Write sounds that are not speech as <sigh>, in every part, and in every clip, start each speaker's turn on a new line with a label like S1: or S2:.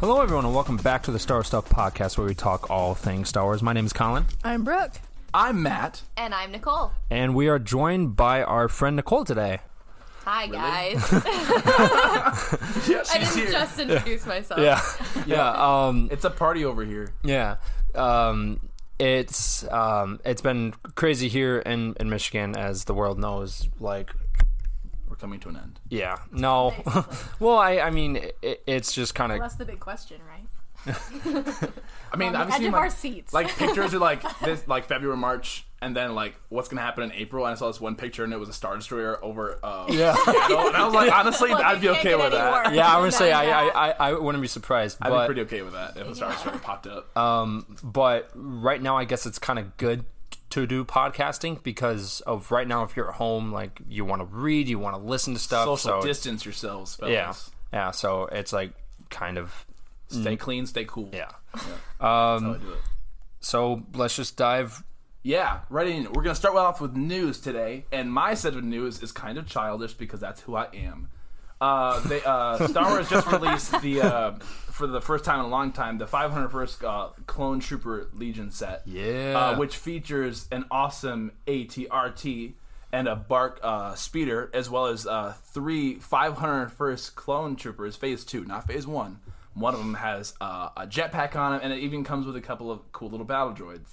S1: Hello, everyone, and welcome back to the Star Stuff podcast, where we talk all things Star Wars. My name is Colin,
S2: I'm Brooke.
S3: I'm Matt.
S4: And I'm Nicole.
S1: and we are joined by our friend Nicole today.
S3: <laughs>
S4: Hi, guys. I
S3: She's
S4: didn't
S3: here.
S4: just introduce myself.
S1: yeah, um,
S3: It's a party over here.
S1: yeah. Um, it's um, it's been crazy here in, in Michigan, as the world knows. Like,
S3: We're coming to an end.
S1: yeah, no. <laughs> well, I I mean, it, it's just kind of
S2: That's the big question, right?
S3: I mean,
S2: the
S3: obviously,
S2: edge of
S3: like,
S2: our seats.
S3: like pictures are like this, like February, March, and then like what's gonna happen in April. And I saw this one picture, and it was a Star Destroyer over uh, yeah. Seattle, and I was like, honestly,
S4: Well,
S3: I'd
S4: it
S3: be
S4: can't
S3: okay
S4: get
S3: with
S4: any
S3: that.
S4: worse.
S1: yeah. I would
S2: <laughs>
S4: <laughs>
S1: say I, I I I wouldn't be surprised,
S3: I'd
S1: but Uh,
S3: be pretty okay with that if a Star Destroyer popped up.
S1: but right now I guess it's kind of good to do podcasting because of right now if you're at home like you want to read you want to listen to stuff
S3: Social
S1: so
S3: distance yourselves, fellas.
S1: yeah yeah so it's like kind of
S3: Stay clean, stay cool.
S1: Mm. yeah
S3: That's how I do it.
S1: so let's just dive
S3: Yeah, right in. We're gonna start off with news today, and my set of news is kind of childish because that's who I am. Uh, they, uh, Star Wars just released the uh, for the first time in a long time the 501st uh, Clone Trooper Legion set.
S1: Yeah.
S3: uh, which features an awesome ATRT and a Bark uh, speeder, as well as uh, three 501st Clone Troopers Phase Two, not Phase One. One of them has uh, a jetpack on it, and it even comes with a couple of cool little battle droids.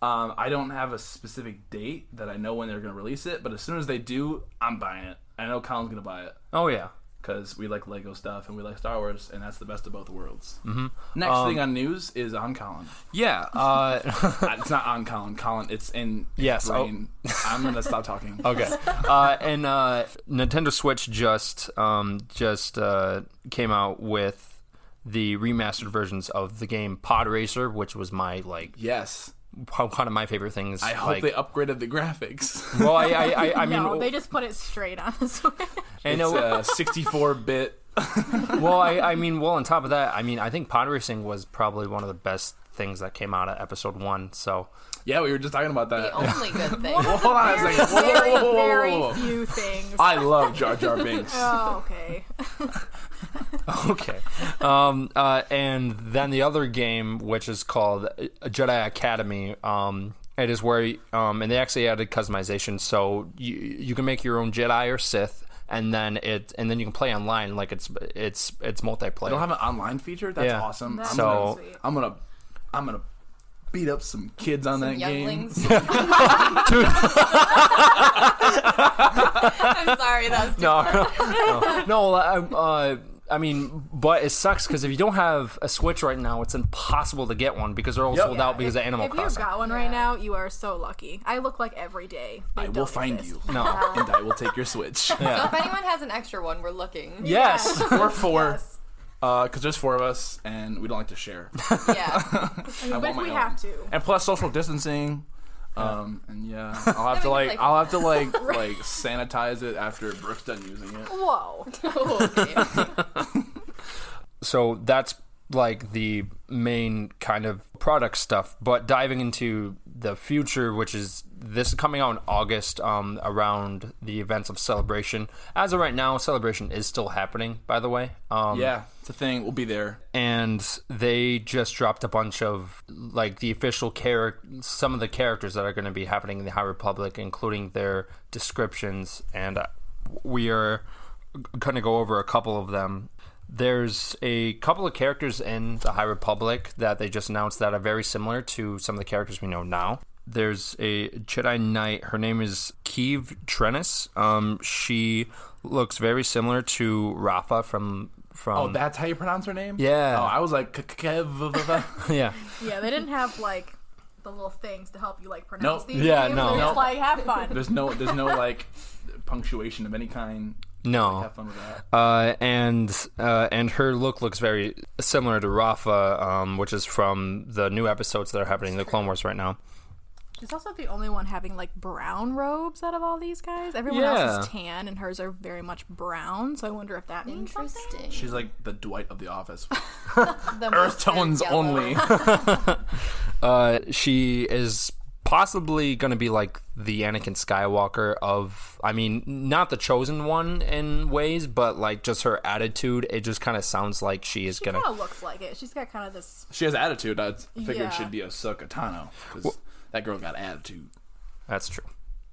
S3: Um, I don't have a specific date that I know when they're going to release it, but as soon as they do, I'm buying it. I know Colin's going to buy it
S1: oh yeah
S3: because we like Lego stuff and we like Star Wars, and that's the best of both worlds. Mm-hmm. Next thing on news is on Colin.
S1: yeah uh <laughs>
S3: Uh, <laughs> it's not on Colin. Colin, it's in his
S1: Yes, I'll-
S3: brain. I'm gonna stop talking.
S1: <laughs> okay uh and uh Nintendo Switch just um just uh came out with the remastered versions of the game Pod Racer which was my like
S3: Yes,
S1: one of my favorite things
S3: I hope
S1: like
S3: they upgraded the graphics.
S1: <laughs>
S3: <laughs>
S1: well I I,
S2: <laughs>
S1: I, I mean
S2: no, they just put it straight on us.
S1: and
S3: it's uh,
S1: it-
S3: a 64 bit.
S1: well, I, I mean, well, on top of that, I mean, I think pod racing was probably one of the best things that came out of episode one. So,
S3: Yeah, we were just talking about that.
S4: The only
S2: <laughs>
S4: good thing.
S3: Well, <laughs> hold on a
S2: very,
S3: second.
S4: <laughs>
S3: Whoa,
S2: very,
S3: whoa, whoa, whoa,
S2: very
S3: whoa.
S2: few things.
S3: I love Jar Jar Binks.
S2: oh,
S3: <laughs>
S2: okay.
S1: <laughs> okay. Um, uh, and then the other game, which is called uh, Jedi Academy, um, it is where, um, and they actually added customization, so you you can make your own Jedi or Sith, and then it and then you can play online, like it's it's it's multiplayer.
S3: They don't have an online feature. That's
S1: Yeah.
S3: awesome.
S2: That's
S3: I'm
S1: So-
S3: gonna,
S2: sweet.
S3: I'm gonna, I'm gonna beat up some kids on that game. <laughs>
S4: Younglings. <laughs>
S1: <laughs>
S4: I'm sorry, that was too
S1: no, no, no. I, uh, I mean, but it sucks because if you don't have a Switch right now, it's impossible to get one because they're all
S3: Yep.
S1: sold out because of Animal
S2: if
S1: Crossing.
S2: you've got one right now, you are so lucky. I look like every day. They
S3: I will
S2: don't
S3: find
S2: exist.
S3: you.
S1: No.
S3: and I will take
S1: <laughs>
S3: your Switch.
S4: So if anyone has an extra one, we're looking.
S1: Yes.
S3: <laughs> We're four, because there's four of us, and we don't like to share. <laughs>
S4: Yeah.
S2: I mean, but
S3: want
S2: if
S3: my
S2: we
S3: own.
S2: have to.
S3: and plus social distancing. Um, and
S4: <laughs>
S3: yeah, I'll have to
S4: mean,
S3: like,
S4: like-
S3: I'll have to like
S4: <laughs>
S3: like sanitize it after Brooke's done using it.
S2: Whoa.
S4: Oh, okay.
S1: so that's like the main kind of product stuff but diving into the future which is this is coming out in august um, around the events of celebration as of right now celebration is still happening by the way um,
S3: Yeah, it's a thing. We'll be there.
S1: and they just dropped a bunch of like the official character some of the characters that are going to be happening in the high republic including their descriptions and uh, we are going to go over a couple of them there's a couple of characters in the high republic that they just announced that are very similar to some of the characters we know now there's a jedi knight her name is Kiev Trennis. Um, she looks very similar to Rafa from from.
S3: Oh, that's how you pronounce her name?
S1: Um, Yeah.
S3: Oh, I was like,
S1: <laughs>
S3: Kev.
S1: yeah.
S2: Yeah, they didn't have like the little things to help you like pronounce
S3: Nope.
S2: these.
S1: Yeah,
S2: names.
S1: no.
S2: They're
S3: Nope.
S2: Just like have fun.
S3: <laughs> There's no, there's no like punctuation of any kind.
S1: No.
S3: Have fun with that.
S1: Uh, and uh, and her look looks very similar to Rafa, um, which is from the new episodes that are happening in the Clone Wars right now.
S2: She's also the only one having like brown robes out of all these guys. Everyone else is tan, and hers are very much brown. So I wonder if that means something.
S4: Interesting.
S3: She's like the Dwight of the Office.
S4: <laughs> The
S3: Earth
S4: most
S3: tones
S4: yellow.
S3: only.
S4: <laughs>
S1: Uh, she is possibly going to be like the Anakin Skywalker of, I mean, not the chosen one in ways, but like just her attitude. It just kind of sounds like she is
S2: She
S1: going
S2: kind
S1: to.
S2: of looks like it. She's got kind of this.
S3: she has attitude. I figured
S2: Yeah.
S3: she'd be Ahsoka Tano because that girl got attitude,
S1: That's true.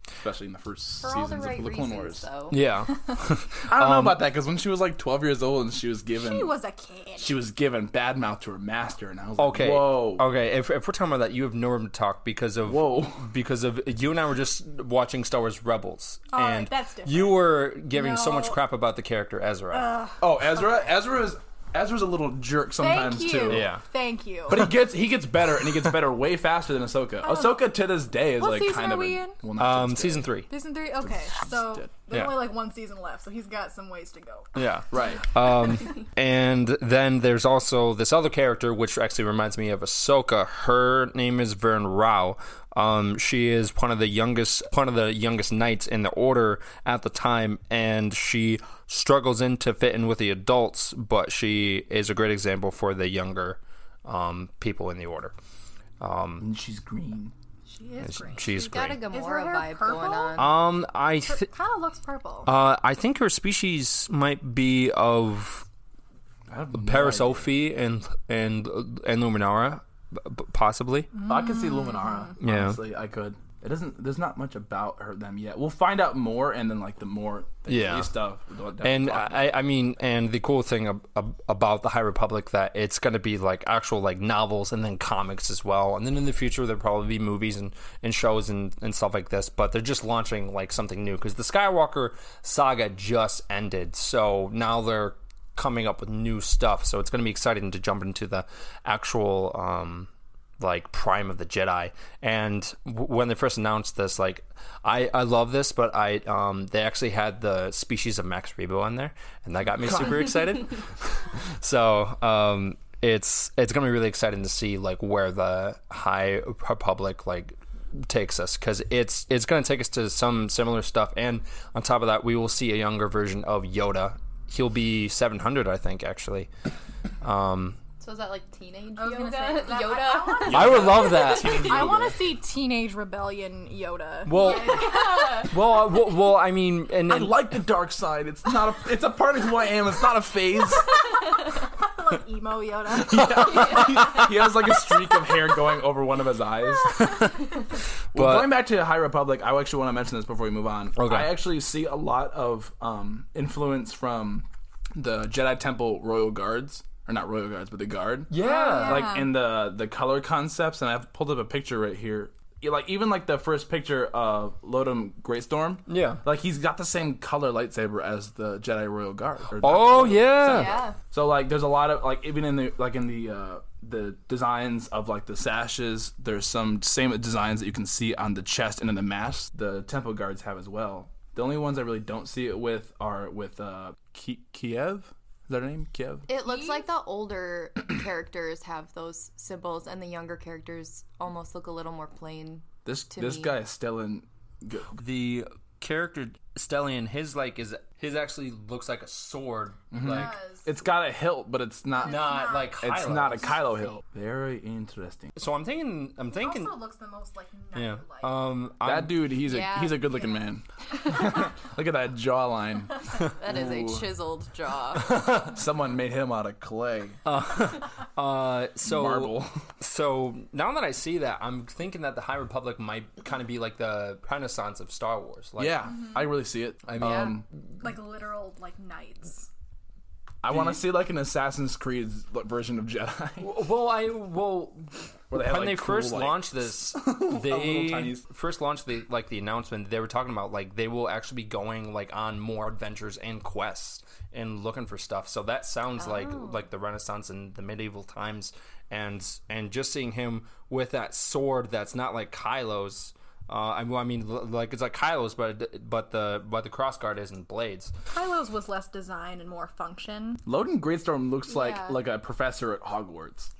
S3: especially in the first
S4: For all the
S3: seasons
S4: right
S3: of the Clone Wars.
S4: reasons, though.
S1: Yeah. <laughs>
S3: I don't know
S1: Um,
S3: about that because when she was like 12 years old and she was given,
S2: She was a kid.
S3: she was given bad mouth to her master, and I was
S1: Okay.
S3: like, whoa,
S1: Okay. If, if we're talking about that, you have no room to talk because of
S3: Whoa.
S1: <laughs> because of you and I were just watching Star Wars Rebels,
S2: right,
S1: and
S2: Oh, that's different.
S1: you were giving so much
S2: No.
S1: crap about the character Ezra.
S3: oh Ezra, Ezra's Ezra's a little jerk sometimes
S2: Thank you.
S3: too.
S1: Yeah.
S2: Thank you.
S3: But he gets he gets better and he gets better way faster than Ahsoka.
S2: <laughs>
S3: Ahsoka to this day
S2: Um,
S3: is
S2: What
S3: like
S2: season
S3: kind
S2: are
S3: of
S2: we
S3: a,
S2: in?
S3: well not
S1: um,
S3: to this day.
S1: season three.
S2: Season three. Okay, so
S3: dead.
S2: there's
S1: Yeah.
S2: only like one season left, so he's got some ways to go.
S1: Yeah.
S3: right.
S1: Uh, And then there's also this other character, which actually reminds me of Ahsoka. Her name is Vern Rao. Um, she is one of the youngest, one of the youngest knights in the order at the time, and she struggles in to fit in with the adults, but she is a great example for the younger um, people in the order.
S3: and she's green.
S2: She is great.
S1: She's
S4: She's got
S1: great.
S4: a
S2: Is her
S4: Gamora
S2: hair
S4: vibe
S2: purple?
S4: going on.
S3: Uh,
S1: um, I th-
S2: Kind of looks purple.
S1: uh, I think her species might be of
S3: I have no idea.
S1: Parasophi and and and Luminara, b- b- possibly.
S3: I could see Luminara.
S1: Yeah.
S3: Honestly, I could. It doesn't. There's not much about her them yet. We'll find out more, and then like the more the
S1: Yeah.
S3: police stuff. the- the-
S1: And I, I mean, and the cool thing ab- ab- about the High Republic that it's going to be like actual like novels and then comics as well. And then in the future, there'll probably be movies and, and shows and, and stuff like this. But they're just launching like something new because the Skywalker saga just ended. So now they're coming up with new stuff. So it's going to be exciting to jump into the actual, um, like prime of the jedi and w- when they first announced this like i i love this but i um they actually had the species of max rebo on there and that got me super excited <laughs> so um it's it's gonna be really exciting to see like where the high republic like takes us because it's it's gonna take us to some similar stuff and on top of that we will see a younger version of yoda he'll be 700 i think actually
S4: So is that like teenage
S2: was gonna
S4: Yoda?
S2: say, is that-
S4: Yoda.
S1: i would love that <laughs>
S2: I want to see teenage rebellion Yoda.
S1: well <laughs> well, uh, well well i mean and,
S3: I
S1: and-
S3: like the dark side. It's not. A, it's a part of who I am. It's not a phase.
S2: like emo Yoda.
S3: he has like a streak of hair going over one of his
S1: <laughs>
S3: eyes. well,
S1: But-
S3: going back to High Republic, I actually want to mention this before we move on.
S1: Okay.
S3: I actually see a lot of um, influence from the Jedi Temple Royal Guards, or not Royal Guards, but the Guard.
S1: yeah
S3: like in the the color concepts and i've pulled up a picture right here Yeah, like even like the first picture of lodum greatstorm
S1: Yeah.
S3: like he's got the same color lightsaber as the jedi royal guard or-
S1: Oh yeah.
S4: <laughs> yeah.
S3: so like there's a lot of like even in the like in the uh the designs of like the sashes there's some same designs that you can see on the chest and in the mask the temple guards have as well the only ones i really don't see it with are with uh Ki- kiev is that her name kiev
S4: It looks
S2: <laughs>
S4: like the older characters have those symbols, and the younger characters almost look a little more plain.
S3: this this
S4: me.
S3: guy is still in good
S1: the character Stellian, his like is his actually looks like a sword, like
S3: It's got a hilt, but it's not.
S1: not like
S3: it's
S1: Kylo.
S3: not a Kylo hilt. Very interesting.
S1: So I'm thinking, I'm thinking,
S2: also looks the most like
S1: yeah.
S2: yeah.
S1: Um,
S3: That
S1: I'm,
S3: dude, he's a
S4: Yeah.
S3: he's a good looking
S4: <laughs>
S3: man. <laughs> Look at that jawline.
S4: That is a chiseled
S3: <laughs>
S4: jaw.
S3: Someone made him out of clay,
S1: uh, so
S3: marble.
S1: so now that I see that, I'm thinking that the High Republic might kind of be like the Renaissance of Star Wars. Like,
S3: <laughs> yeah,
S4: Mm-hmm.
S3: I really see it. I mean, um,
S2: like literal like knights.
S3: <laughs> I want to see like an Assassin's Creed version of Jedi.
S1: Well, I well,
S3: Where
S1: when
S3: they had, like,
S1: they
S3: cool,
S1: first
S3: like- <laughs>
S1: launched this,
S3: little
S1: they
S3: tiny-
S1: first launched the like the announcement. They were talking about like they will actually be going like on more adventures and quests and looking for stuff. So that sounds like like the Renaissance and the medieval times, and and just seeing him with that sword that's not like Kylo's. Uh, I mean, I mean, l- like it's like Kylo's, but but the but the crossguard isn't blades.
S2: Kylo's was less design and more function.
S3: Loden Greatstorm looks like
S4: Yeah.
S3: like a professor at Hogwarts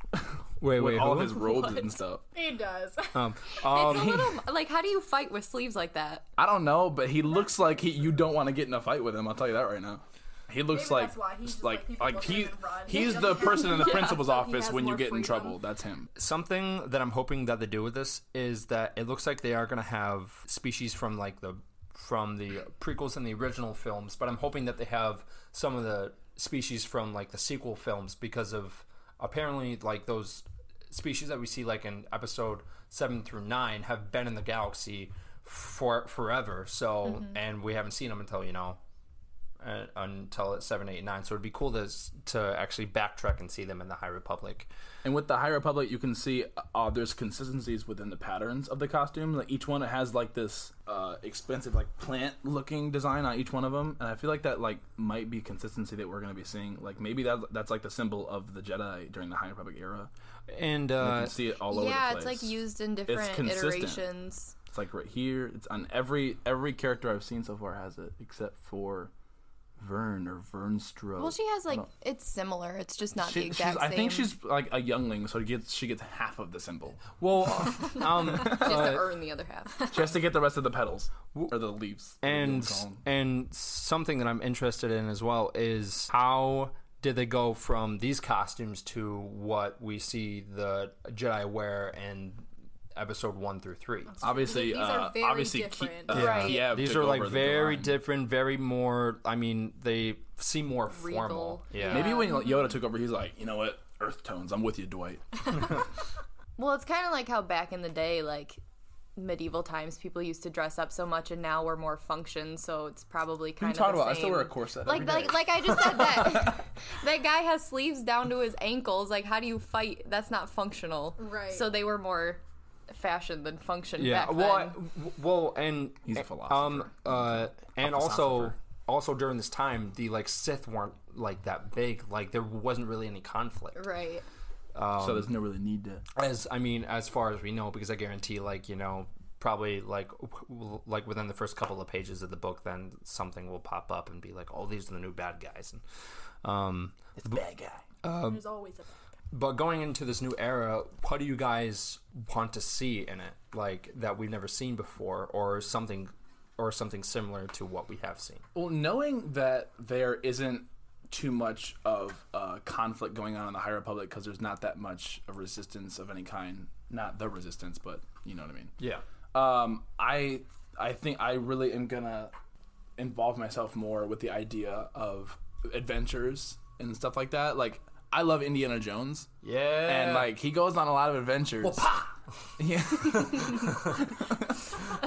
S1: Wait,
S3: with all his robes and stuff.
S2: It does. <laughs>
S3: Um,
S4: it's a little like how do you fight with sleeves like that?
S3: I don't know, but he looks like he. You don't want to get in a fight with him. I'll tell you that right now. He looks
S2: Maybe
S3: like
S2: that's why he's just like,
S3: like
S2: people
S3: like
S2: look at
S3: he
S2: him and run.
S3: he's the person
S2: <laughs>
S3: in the principal's
S2: So he
S3: office
S2: has
S3: when you
S2: more
S3: get in
S2: freedom.
S3: trouble. That's him.
S1: something that I'm hoping that they do with this is that it looks like they are going to have species from like the from the prequels and the original films, but I'm hoping that they have some of the species from like the sequel films because of apparently like those species that we see like in episode 7 through 9 have been in the galaxy for forever. So and we haven't seen them until, you know, uh, until it's 7 8 9. So it'd be cool to s- to actually backtrack and see them in the High Republic.
S3: And with the High Republic, you can see uh, there's consistencies within the patterns of the costume. Like each one has like this uh, expensive like plant looking design on each one of them, and I feel like that like might be consistency that we're gonna be seeing. Like maybe that that's like the symbol of the Jedi during the High Republic era.
S1: And
S3: You
S1: uh,
S3: can see it all over
S4: yeah,
S3: the
S4: it's
S3: place.
S4: like used in different
S3: consistent.
S4: iterations.
S3: It's like right here. It's on every every character I've seen so far has it, except for Vern or Vernstra.
S4: Well, she has like it's similar. It's just not the exact
S3: she's,
S4: same.
S3: I think she's like a youngling, so she gets she gets half of the symbol
S1: Well, <laughs> um,
S4: she has to earn the other half.
S3: just to get the rest of the petals or the leaves. or
S1: and
S3: the column.
S1: and something that I'm interested in as well is how did they go from these costumes to what we see the Jedi wear in episode one through three? Um,
S3: obviously,
S2: These are
S3: uh,
S2: very
S3: obviously,
S2: different.
S3: Ki- uh,
S4: Right.
S3: Kiev
S1: These
S3: took
S1: are like
S3: over the
S1: very
S3: design.
S1: different, very more. I mean, they seem more formal. Yeah.
S3: Maybe when like, Yoda took over, he's like, you know what, Earth tones. I'm with you, Dwight.
S4: <laughs> well, it's kind of like how back in the day, like medieval times, people used to dress up so much, and now we're more function. So it's probably kind of.
S3: talking
S4: the
S3: about? I
S4: Same.
S3: still wear a corset
S4: Like,
S3: every
S4: like,
S3: day.
S4: like I just said that
S3: <laughs>
S4: <laughs> that guy has sleeves down to his ankles. Like, how do you fight? That's not functional.
S2: Right.
S4: So they were more fashion than function.
S1: Yeah.
S4: Back
S1: well,
S4: then.
S1: I- w- well, and
S3: He's a
S1: Um,
S3: philosopher.
S1: uh, and also,
S3: philosopher.
S1: also during this time, the like Sith weren't like that big. Like there wasn't really any conflict.
S4: right.
S3: so there's no really need to.
S1: as I mean, as far as we know, because I guarantee, like you know, probably like w- w- like within the first couple of pages of the book, then something will pop up and be like, "Oh, these are the new bad guys." And, um,
S3: It's a bad guy.
S2: There's always a
S1: but going into this new era, what do you guys want to see in it, like that we've never seen before, or something, or something similar to what we have seen?
S3: Well, knowing that there isn't too much of uh, conflict going on in the High Republic because there's not that much of resistance of any kind. Not the resistance, but you know what I mean.
S1: Yeah.
S3: Um, I I think I really am gonna involve myself more with the idea of adventures and stuff like that. Like I love Indiana Jones.
S1: Yeah.
S3: And like he goes on a lot of adventures. <laughs> Yeah.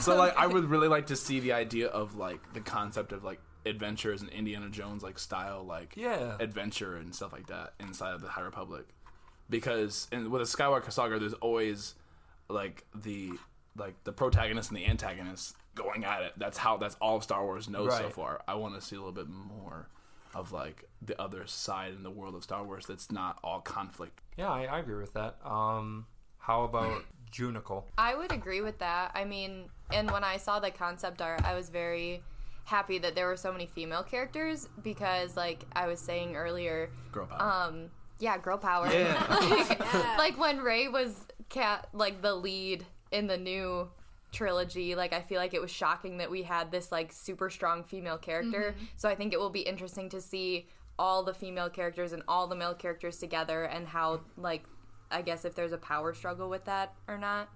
S3: so like I would really like to see the idea of like the concept of like adventures and Indiana Jones like style like
S1: Yeah.
S3: adventure and stuff like that inside of the High Republic. Because and with a Skywalker saga there's always like the like the protagonist and the antagonist going at it. That's how that's all Star Wars knows so
S1: Right.
S3: far. I want to see a little bit more of like the other side in the world of Star Wars that's not all conflict.
S1: yeah, I, I agree with that. Um, how about Junicle?
S4: I would agree with that. I mean, and when I saw the concept art, I was very happy that there were so many female characters because, like I was saying earlier,
S3: Girl power.
S2: Um,
S4: yeah, girl power. <laughs> like, like when Ray was cat, like the lead in the new trilogy. Like I feel like it was shocking that we had this like super strong female character. So I think it will be interesting to see all the female characters and all the male characters together and how like I guess if there's a power struggle with that or not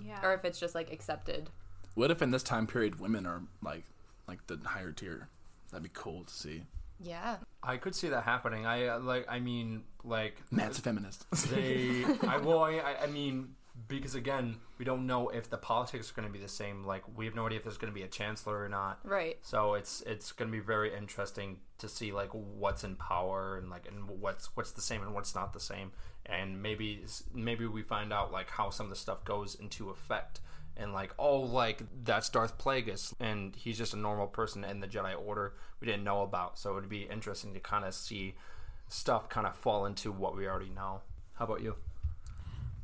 S2: yeah.
S4: or if it's just like accepted.
S3: What if in this time period women are like like the higher tier? That'd be cool to see.
S4: Yeah.
S1: I could see that happening. I uh, like. I mean, like
S3: Matt's a feminist.
S1: they I well I, I mean because again, we don't know if the politics are going to be the same. Like we have no idea if there's going to be a chancellor or not.
S4: Right.
S1: So it's it's going to be very interesting to see like what's in power and like and what's what's the same and what's not the same. And maybe s- maybe we find out like how some of the stuff goes into effect. And like oh like that's Darth Plagueis and he's just a normal person in the Jedi Order we didn't know about. So it'd be interesting to kind of see stuff kind of fall into what we already know. How about you?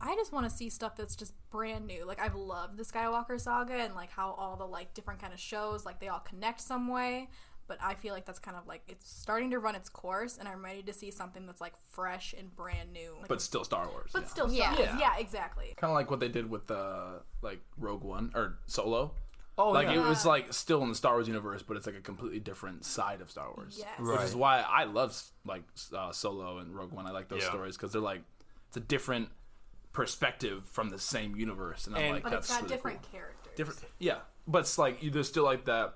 S2: I just want to see stuff that's just brand new. Like I've loved the Skywalker saga and like how all the like different kind of shows like they all connect some way. But I feel like that's kind of like it's starting to run its course, and I'm ready to see something that's like fresh and brand new. Like,
S3: <laughs> but still Star Wars.
S2: but still,
S4: Yeah.
S2: yeah, yeah, exactly.
S3: kind of like what they did with uh, like Rogue One or Solo.
S1: Oh,
S3: like
S1: yeah.
S3: it was like still in the Star Wars universe, but it's like a completely different side of Star Wars.
S2: Yes.
S3: which is
S1: Right.
S3: why I love uh, uh, Solo and Rogue One. I like those
S1: Yeah.
S3: stories because they're like it's a different perspective from the same universe, and I'm
S1: And-
S3: like
S2: But
S3: that's
S2: it's got
S3: really
S2: different
S3: cool.
S2: characters.
S3: Different, yeah. But it's like you- there's still like that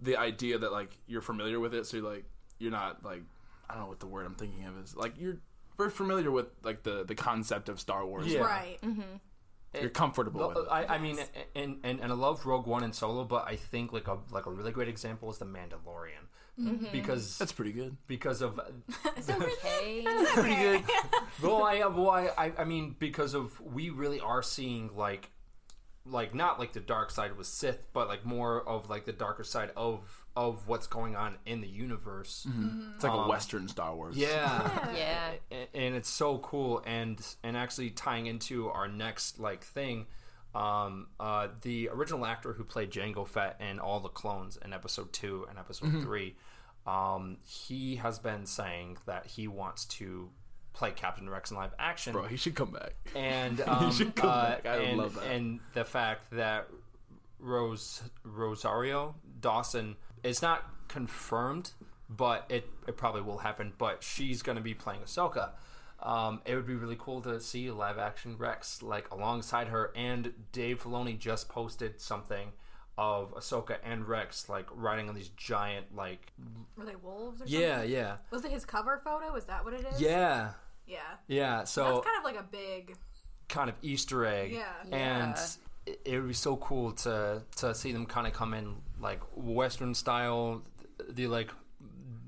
S3: the idea that like you're familiar with it, so you're like you're not like I don't know what the word I'm thinking of is like you're very familiar with like the the concept of Star Wars.
S1: Yeah.
S2: Right.
S4: Mm-hmm.
S3: you're comfortable
S1: Well, uh,
S3: with it.
S1: I, I mean, and, and and I love Rogue One and Solo, but I think like a like a really great example is The Mandalorian Mm-hmm. because
S3: That's pretty good.
S1: because of
S2: <laughs>
S4: Okay.
S1: <laughs> pretty good. well, I uh, well, I I mean because of we really are seeing like like not like the dark side with Sith, but like more of like the darker side of of what's going on in the universe.
S3: It's like a Western Star Wars.
S1: Mm-hmm. um, yeah. <laughs>
S4: yeah.
S1: A- and it's so cool and and actually tying into our next like thing um uh the original actor who played Django Fett and all the clones in episode 2 and episode
S3: Mm-hmm.
S1: 3 um he has been saying that he wants to play Captain Rex in live action
S3: bro, he should come back. <laughs>
S1: and um,
S3: should come
S1: uh,
S3: back. I would
S1: and,
S3: love that.
S1: and the fact that Rose Rosario Dawson is not confirmed, but it it probably will happen. But she's going to be playing Ahsoka. Um, it would be really cool to see live action Rex like alongside her. And Dave Filoni just posted something of Ahsoka and Rex like riding on these giant like
S2: Were they wolves? Or
S1: yeah
S2: something?
S1: yeah
S2: Was it his cover photo? Is that what it is?
S1: yeah
S2: Yeah.
S1: yeah. So
S2: That's kind of like a big.
S1: kind of Easter egg.
S2: Yeah.
S1: And it, it would be so cool to to see them kind of come in like Western style. The like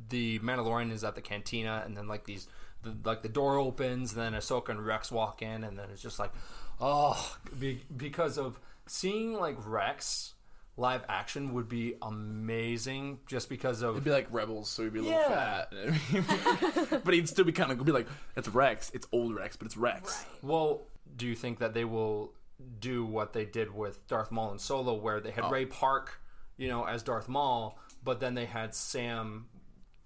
S1: the Mandalorian is at the cantina, and then like these the, like the door opens, and then Ahsoka and Rex walk in, and then it's just like, oh, be, because of seeing like Rex live action would be amazing, just because of
S3: It'd be like Rebels, so he'd be a little <laughs>
S1: Yeah.
S2: <laughs>
S3: fat. but he'd still be kind of be like, it's Rex, it's old Rex, but it's Rex.
S1: Well, do you think that they will do what they did with Darth Maul and Solo, where they had Ray Park, you know, as Darth Maul, but then they had Sam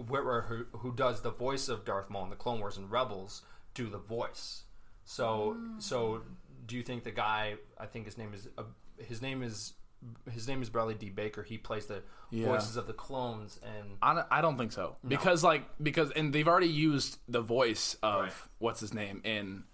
S1: Witwer, who, who does the voice of Darth Maul in the Clone Wars and Rebels, do the voice. So, so do you think the guy? I think his name is uh, his name is his name is Bradley D. Baker. He plays the
S3: Yeah.
S1: voices of the clones and
S3: I don't, I don't think so because like because and they've already used the voice of
S1: Right.
S3: what's his name in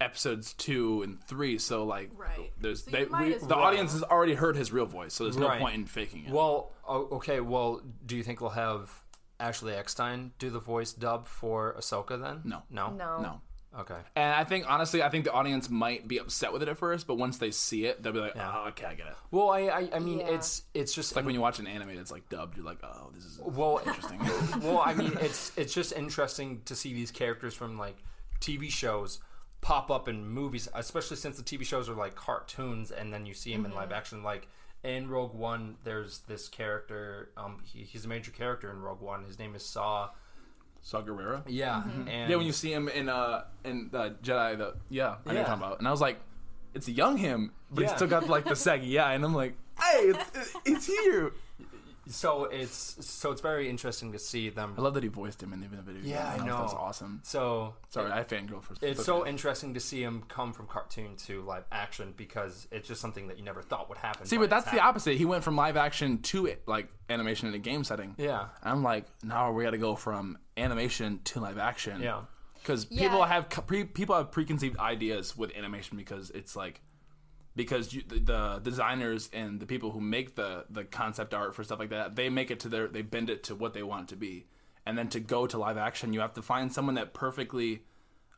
S3: episodes two and three. So like,
S2: Right.
S3: there's
S2: So
S3: they,
S2: you might
S3: we,
S2: as
S3: the
S2: well.
S3: audience has already heard his real voice, so there's no
S1: Right.
S3: point in faking it.
S1: Well, o- okay. Well, do you think we'll have Ashley Eckstein do the voice dub for Ahsoka then?
S3: No.
S1: no,
S4: No.
S3: no.
S1: Okay.
S3: And I think honestly, I think the audience might be upset with it at first, but once they see it, they'll be like, "Oh, okay, I get it."
S1: Well, I, I, I mean,
S4: Yeah.
S1: it's, it's just
S3: Like when you watch an anime that's like dubbed, you're like, "Oh, this is
S1: well,
S3: <laughs> interesting."
S1: well, I mean, it's, it's just interesting to see these characters from like TV shows pop up in movies, especially since the TV shows are like cartoons, and then you see
S4: Mm-hmm.
S1: them in live action, like. In Rogue One, there's this character. Um, he, he's a major character in Rogue One. His name is Saw.
S3: Saw Gerrera.
S1: Yeah,
S4: Mm-hmm.
S1: and
S3: Yeah, when you see him in uh in uh, Jedi, the yeah, I know what you're
S1: Yeah.
S3: talking about. And I was like, it's young him, but
S1: Yeah.
S3: he still got like <laughs> the saggy eye, and I'm like, hey, it's, it's you.
S1: so it's so it's very interesting to see them
S3: I love that he voiced him in the video. game.
S1: Yeah, I
S3: That was- That was
S1: know.
S3: awesome.
S1: So
S3: Sorry, I fangirl for.
S1: it's so interesting to see him come from cartoon to live action because it's just something that you never thought would happen.
S3: See, but that's the
S1: opposite.
S3: opposite. He went from live action to it, like animation in a game setting.
S1: Yeah.
S3: I'm like, now we got to go from animation to live action.
S1: Yeah.
S3: Because
S4: Yeah.
S3: people have co- pre- people have preconceived ideas with animation because it's like because you, the, the designers and the people who make the the concept art for stuff like that they make it to their they bend it to what they want it to be and then to go to live action you have to find someone that perfectly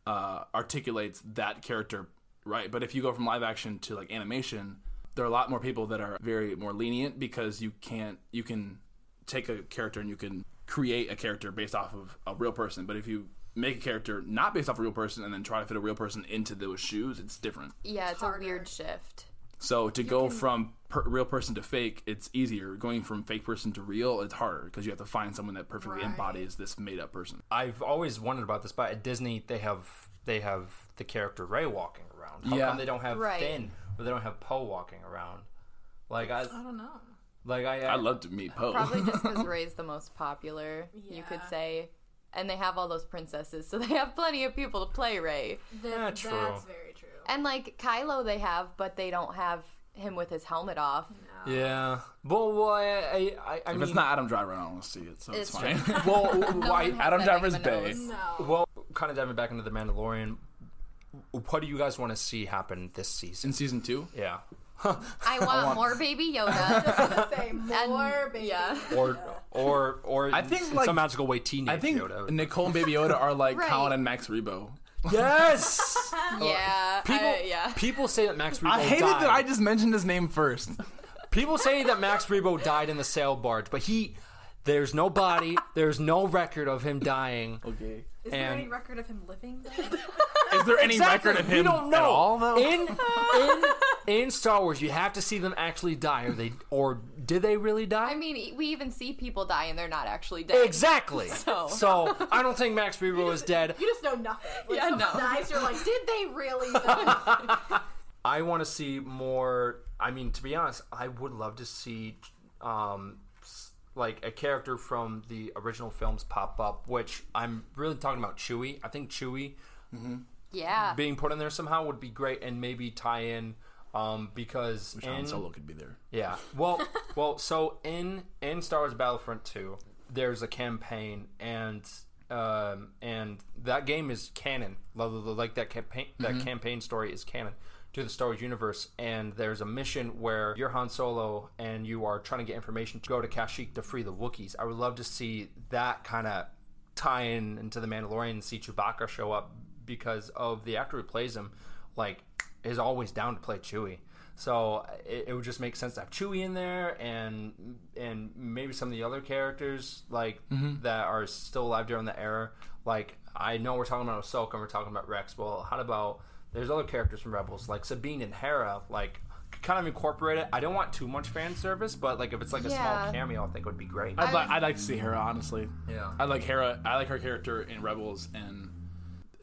S3: uh, articulates that character right? But if you go from live action to like animation, there are a lot more people that are very more lenient because you can't you can take a character and you can create a character based off of a real person. But if you make a character not based off a real person and then try to fit a real person into those shoes, it's different.
S4: Yeah, it's,
S2: harder.
S4: a weird shift.
S3: So to go from per- real person to fake, it's easier. Going from fake person to real, it's harder because you have to find someone that perfectly
S2: Right.
S3: embodies this made up person.
S1: I've always wondered about this, but at Disney they have they have the character Ray walking around. How
S3: Yeah.
S1: come they don't have
S4: Right.
S1: Finn or they don't have Poe walking around? Like I
S2: I don't know.
S1: like I
S3: I'd love to meet Poe.
S4: Probably just because Ray's the most popular, you could
S2: Yeah.
S4: say. And they have all those princesses, so <laughs> they have plenty of people to play Ray.
S2: That,
S1: Yeah, true.
S2: that's very true.
S4: <laughs> And like Kylo, they have, but they don't have him with his helmet off.
S1: yeah. Well, well I I, I, I
S3: <laughs> if
S1: mean
S3: it's not Adam Driver, I don't want to see it, so it's,
S4: It's
S3: fine. well, <laughs> why
S4: has
S3: Adam
S4: that
S3: Driver's
S4: even
S3: Bay?
S4: knows.
S2: No.
S1: well kind of diving back into the Mandalorian. What do you guys want to see happen this season?
S3: in season two.
S1: Yeah.
S4: I want, more Baby
S2: <laughs>
S4: Yoda.
S2: say more, baby.
S4: yeah.
S1: Or or or I
S3: think,
S1: in
S3: like-
S1: some magical way teenage
S3: I think
S1: Yoda.
S3: Nicole and Baby Yoda are like
S4: Right.
S3: Colin and Max Rebo.
S1: yes.
S3: <laughs>
S4: yeah.
S1: People,
S4: I- yeah.
S1: people say that Max Rebo
S3: I hated
S1: died.
S3: that I just mentioned his name first.
S1: People say that Max Rebo died in the sail barge, but he there's no body, there's no record of him dying.
S3: <laughs> Okay.
S2: Is there any
S1: and-
S2: record of him living?
S3: Is there any
S1: Exactly,
S3: record of
S1: we
S3: him
S1: don't know.
S3: at all though? <laughs>
S1: In in in Star Wars, you have to see them actually die, or they or did they really die?
S4: I mean, e- we even see people die and they're not actually dead.
S1: exactly. So. I don't think Max Rebo is dead.
S2: You just know nothing. When
S4: Yeah,
S2: someone
S4: no.
S2: dies, you're like, did they
S4: <laughs>
S2: really? die?
S1: I want to see more. I mean, to be honest, I would love to see um, s- like a character from the original films pop up. Which I'm really talking about Chewie. I think Chewie
S4: Yeah.
S1: being put in there somehow would be great, and maybe tie in um, because
S3: Han
S1: in,
S3: Solo could be there.
S1: yeah. Well, well. So in in Star Wars Battlefront Two, there's a campaign, and um, and that game is canon. Lo- lo- lo- Like that campaign, that campaign story is canon to the Star Wars universe. And there's a mission where you're Han Solo and you are trying to get information to go to Kashyyyk to free the Wookiees. I would love to see that kind of tie in into the Mandalorian and see Chewbacca show up because of the actor who plays him. Like is always down to play Chewie. So it, it would just make sense to have Chewie in there, and and maybe some of the other characters like that are still alive during the era. Like I know we're talking about Ahsoka and we're talking about Rex. Well, how about there's other characters from Rebels like Sabine and Hera. Like kind of incorporate it. I don't want too much fan service, but like if it's like a
S4: Yeah.
S1: small cameo, I think would be great.
S3: I'd, li- I'd like to see Hera, honestly.
S1: Yeah.
S3: I like Hera. I like her character in Rebels, and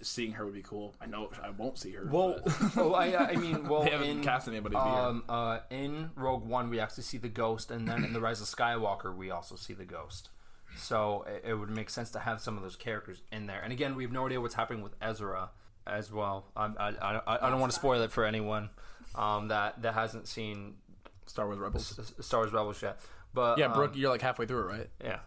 S3: seeing her would be cool. I know I won't see her.
S1: well,
S3: but <laughs>
S1: well, I, I mean, well,
S3: they haven't
S1: in-
S3: cast anybody to be her.
S1: Um, uh, in Rogue One, we actually see the ghost, and then in The Rise of Skywalker, we also see the ghost. So it, it would make sense to have some of those characters in there. And again, we have no idea what's happening with Ezra as well. Um, I, I, I, I don't want to spoil it for anyone um, that that hasn't seen
S3: Star Wars Rebels.
S1: S- Star Wars Rebels yet. But
S3: Yeah,
S1: um,
S3: Brooke, you're like halfway through it, right?
S1: yeah,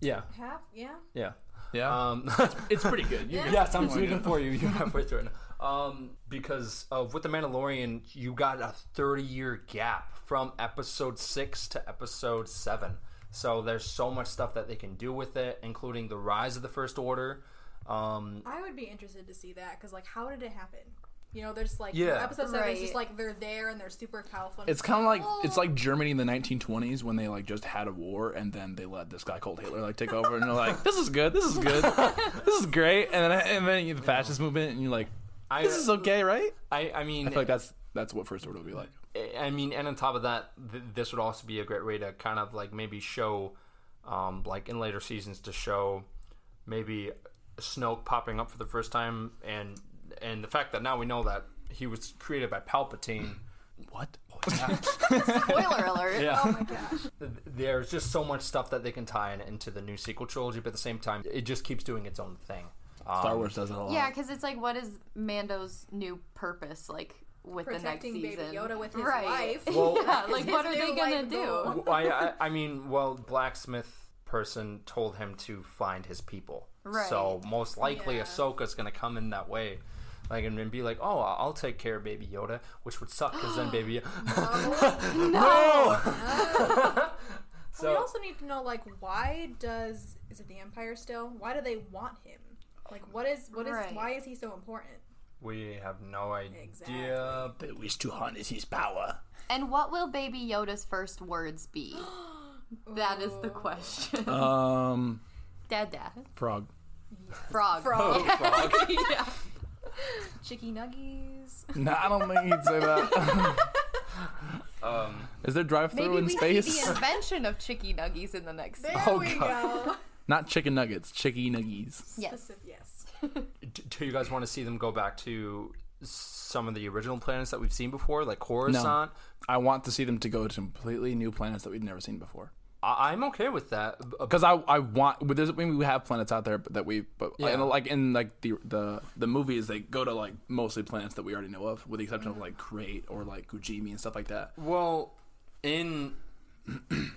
S1: yeah,
S2: Half, yeah.
S1: yeah.
S3: Yeah,
S1: Um, <laughs>
S3: it's pretty good. You can-
S1: yes, I'm rooting for you. You're halfway through it. now. Um, because of with the Mandalorian, you got a 30 year gap from episode six to episode seven. So there's so much stuff that they can do with it, including the rise of the First Order. Um,
S2: I would be interested to see that because, like, how did it happen? You know, there's like
S1: Yeah.
S2: episode seven is just
S4: Right.
S2: like they're there and they're super powerful. and
S3: It's kind of like
S4: Oh.
S3: it's like Germany in the 1920s when they like just had a war and then they let this guy called Hitler like take over and they're like, this is good, this is
S4: <laughs>
S3: good, this is great, and then and then you- the fascist movement and you're like,
S1: I,
S3: this is okay, right?
S1: I, I mean,
S3: I feel like that's that's what First Order will be like.
S1: I mean, and on top of that, th- this would also be a great way to kind of like maybe show, um, like in later seasons, to show maybe Snoke popping up for the first time, and and the fact that now we know that he was created by Palpatine.
S3: <laughs> What?
S4: Spoiler alert.
S1: There's just so much stuff that they can tie in into the new sequel trilogy, but at the same time, it just keeps doing its own thing.
S3: Star Wars does it a lot.
S4: Yeah, because it's like, what is Mando's new purpose like with
S2: Protecting
S4: the
S2: Baby
S4: next season?
S2: Yoda with his
S4: right.
S2: life. <laughs>
S1: Well,
S4: <laughs> Yeah, like what are
S2: his
S4: they
S2: new
S4: gonna
S2: life
S4: do?
S2: goal.
S1: Well, I, I, I mean, well, blacksmith person told him to find his people.
S4: Right.
S1: So most likely,
S2: Yeah.
S1: Ahsoka's gonna come in that way, like and, then be like, "Oh, I'll I'll take care of Baby Yoda," which would suck because then Baby.
S2: we
S1: so
S2: also need to know, like, why does is it the Empire still? Why do they want him? Like, what is what is
S4: Right.
S2: why is he so important?
S1: <laughs> We have no idea.
S2: Exactly.
S1: but
S3: wish to harness his power.
S4: And what will Baby Yoda's first words <gasps> be? that is the question. <laughs>
S3: Um,
S4: Dada.
S3: frog.
S4: Frog.
S2: Frog.
S3: Frog.
S4: yeah.
S2: Chicky nuggies.
S3: no, I don't think he'd say that. <laughs>
S1: Um,
S3: Is there drive-through
S4: Maybe
S3: in
S4: we see
S3: space?
S4: the
S3: <laughs>
S4: invention of Chicky Nuggies in the
S1: <laughs>
S4: next
S2: There
S3: Oh,
S2: we <laughs>
S3: God.
S2: go.
S3: Not chicken nuggets, chicky nuggies.
S4: Yes.
S2: yes.
S1: d- do you guys want to see them go back to some of the original planets that we've seen before, like Coruscant?
S3: I want to see them to go to completely new planets that we've never seen before.
S1: I- I'm okay with that. b- b-
S3: Because I, I want. But there's, I mean, we have planets out there that we, but
S1: Yeah.
S3: and, like in like the the the movies, they go to like mostly planets that we already know of, with the exception of like Crate or like Ujimi and stuff like that.
S1: Well, in <clears throat>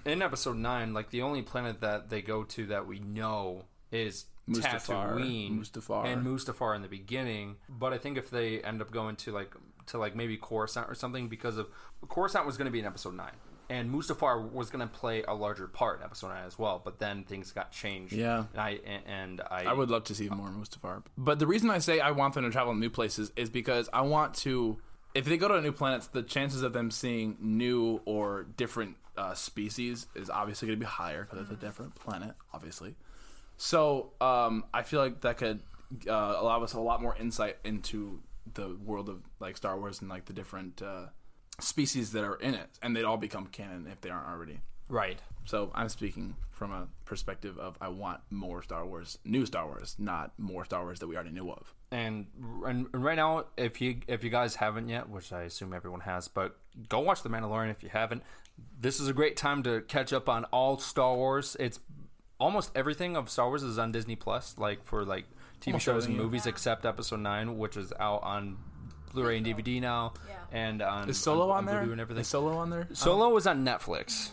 S1: in episode nine, like the only planet that they go to that we know is
S3: Mustafar.
S1: Tatooine,
S3: Mustafar.
S1: and Mustafar in the beginning. But I think if they end up going to like to like maybe Coruscant or something, because of Coruscant was going to be in episode nine, and Mustafar was going to play a larger part in episode nine as well. But then things got changed.
S3: Yeah.
S1: and I and, and I,
S3: I would love to see more Mustafar. But the reason I say I want them to travel to new places is because I want to. If they go to new planets, the chances of them seeing new or different uh, species is obviously going to be higher because it's a different planet, obviously. So um, I feel like that could uh, allow us a lot more insight into the world of like Star Wars and like the different uh, species that are in it, and they'd all become canon if they aren't already.
S1: right.
S3: So I'm speaking from a perspective of I want more Star Wars, new Star Wars, not more Star Wars that we already knew of.
S1: and and right now if you if you guys haven't yet which i assume everyone has but go watch the mandalorian if you haven't this is a great time to catch up on all star wars it's almost everything of star wars is on disney plus like for like tv shows and movies except episode 9 which is out on blu-ray and dvd now and on
S3: Is Solo on, there?
S1: Vudu and everything
S3: Is Solo on there?
S1: solo was on netflix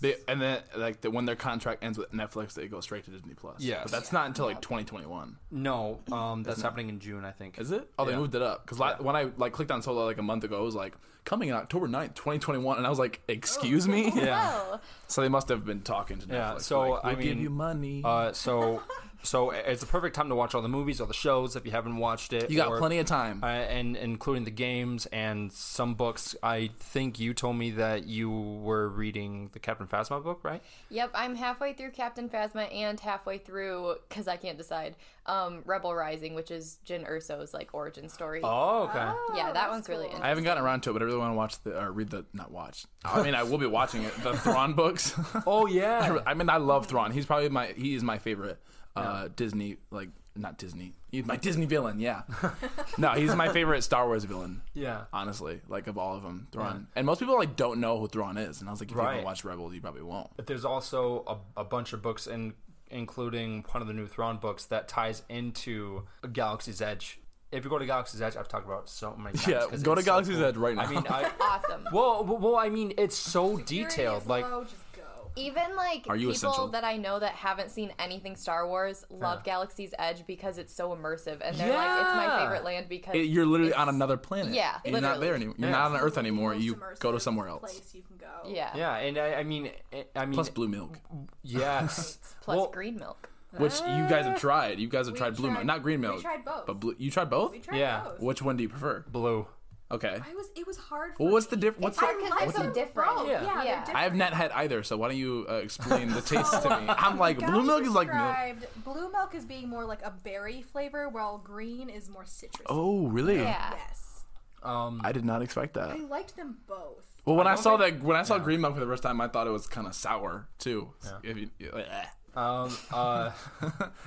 S3: They, and then like the, when their contract ends with Netflix, they go straight to Disney Plus.
S1: Yes.
S3: but that's not until like 2021.
S1: no um that's happening in june i think
S3: Is it? Oh, they
S1: Yeah.
S3: moved it up because when I like clicked on Solo like a month ago, it was like coming in October 9th, 2021, and I was like, excuse me.
S1: <laughs> yeah
S4: Oh.
S3: So they must have been talking to Netflix.
S1: Yeah, so,
S3: like, we'll
S1: I
S3: give
S1: mean,
S3: you money.
S1: uh, so so it's the perfect time to watch all the movies all the shows if you haven't watched it
S3: you got
S1: or-
S3: plenty of time.
S1: uh, and including the games and some books. I think you told me that you were reading the Captain Phasma book, right?
S4: Yep, I'm halfway through Captain Phasma and halfway through because I can't decide. Um, Rebel Rising, which is Jin Urso's like origin story.
S1: Oh, okay.
S4: yeah, that one's
S3: I
S4: really interesting.
S3: haven't gotten around to it, but I really want to watch the or read the not watch. I mean, I will be watching it. The
S1: <laughs>
S3: Thrawn books.
S1: Oh yeah.
S3: <laughs> I mean, I love Thrawn. He's probably my he is my favorite uh, Disney like not Disney. He's my Disney villain. Yeah. <laughs> no, he's my favorite Star Wars villain.
S1: Yeah.
S3: Honestly, like of all of them, Thrawn. And most people like don't know who Thrawn is, and I was like, if you
S1: Right.
S3: haven't watched Rebels, you probably won't.
S1: But there's also a, a bunch of books, in, including one of the new Thrawn books, that ties into Galaxy's Edge. If you go to Galaxy's Edge, I've talked about it so many times.
S3: Yeah,
S1: 'cause
S3: go
S1: it's
S3: to
S1: so
S3: Galaxy's
S1: cool.
S3: Edge right now.
S1: I mean,
S3: <laughs>
S1: I.
S4: Awesome.
S1: Well, well, well, I mean, it's so detailed. Like,
S2: low, just go.
S4: Even like
S3: Are you
S4: people
S3: essential?
S4: that I know that haven't seen anything Star Wars love Galaxy's Edge because it's so immersive, and they're like, "It's my
S1: Yeah.
S4: favorite land because
S3: It- you're literally
S4: it's-
S3: on another planet.
S4: Yeah,
S3: you're not
S4: literally.
S3: there anymore. You're not on Earth anymore.
S2: Most
S3: You go to
S2: immersive
S3: somewhere else.
S2: Place you can go.
S4: Yeah,
S1: yeah, and I, I mean, I mean,
S3: Plus blue milk,
S1: yes,
S4: <laughs> plus
S1: Well,
S4: green milk.
S3: which you guys have tried. You guys
S2: Uh,
S3: have
S2: We
S3: tried blue
S2: tried-
S3: milk, not green
S2: we
S3: milk.
S2: tried both.
S3: But blue, you tried both.
S2: We tried
S1: Yeah.
S2: both.
S3: Which one do you prefer?
S1: blue.
S3: Okay.
S2: I was. It was hard. For
S3: Well, what's
S2: me.
S3: the diff? What's
S4: hard
S3: the-
S4: 'cause
S2: I
S4: they're so
S2: them
S4: different.
S2: both.
S4: Yeah.
S2: Yeah, they're
S4: Yeah.
S2: different.
S3: I have not had either, so why don't you uh, explain
S2: <laughs>
S3: the taste to me? I'm like
S2: Gummy
S3: blue milk is like milk.
S2: described blue milk as being more like a berry flavor, while green is more citrus.
S3: Oh, really?
S4: Yeah,
S2: Yes,
S1: Um,
S3: I did not expect that.
S2: I liked them both.
S3: Well, when I,
S1: don't
S3: saw
S1: think-
S3: that, when I saw green milk for the first time, I thought it was kind of sour too. If you- eh.
S1: um, uh,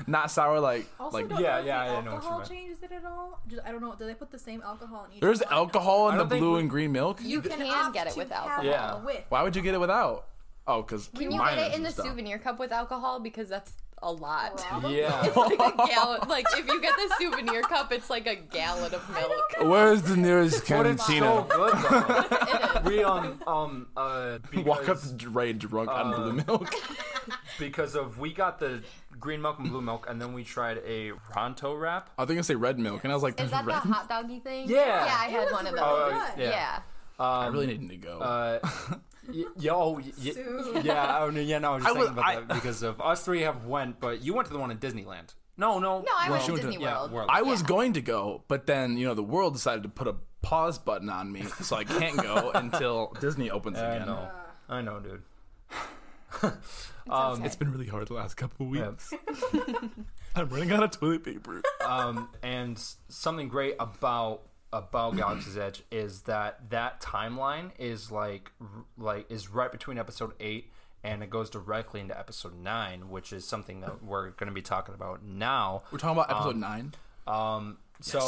S3: not sour like
S2: Also,
S3: like.
S2: don't
S1: Yeah,
S2: know if
S1: yeah,
S2: the
S1: yeah, I know what you
S2: alcohol
S1: meant.
S2: changes it at all. Just, I don't know. Do they put the same alcohol in each?
S3: There's
S2: one?
S3: alcohol in
S1: I
S3: the
S1: don't think
S3: blue
S1: we-
S3: and green milk.
S2: You
S4: can
S2: can,
S4: get it
S2: opt
S4: with
S2: to
S4: alcohol.
S2: have
S1: Yeah.
S2: With
S3: Why would you get it without? Oh, because
S4: can you get it in the souvenir cup with alcohol because that's a lot.
S1: yeah.
S4: like
S3: <laughs>
S4: <laughs> a gallon. Like if you get the souvenir cup, it's like a gallon of milk.
S3: Where's the nearest
S1: But it's so
S3: cantina?
S2: <laughs>
S3: <laughs>
S1: good though. we um um uh because, Uh.
S3: Walk up to Ray drunk on blue milk.
S1: because of we got the green milk and blue milk and then we tried a Ronto wrap.
S3: I think I say red milk, and I was like,
S4: Is
S3: "There's
S4: that the
S3: red." Oh,
S4: hot doggy thing?
S1: Yeah.
S4: yeah, I
S1: It
S4: had
S2: was
S4: one of
S2: really
S4: those.
S2: good.
S4: yeah.
S3: I really need to go.
S1: Uh, y- yo, y- y-
S2: Soon.
S1: yeah, oh, no, yeah, no, I was just
S3: I was-
S1: thinking about
S3: I-
S1: that because of us three have went, but you went to the one in Disneyland. No, no.
S4: No, I went to
S3: World.
S4: Disney
S1: Yeah,
S4: World.
S1: World.
S3: I was going to go, but then you know the world decided to put a pause button on me, so I can't
S1: <laughs>
S3: go until Disney opens
S1: I
S3: again.
S1: know. I know, dude. <laughs> Um,
S3: It's been really hard the last couple of weeks. I'm running out of toilet paper.
S1: um, and s- something great about about Galaxy's Edge is that that timeline is like r- like is right between episode eight and it goes directly into episode nine, which is something that we're going to be talking about now.
S3: We're talking about episode nine.
S1: Um, so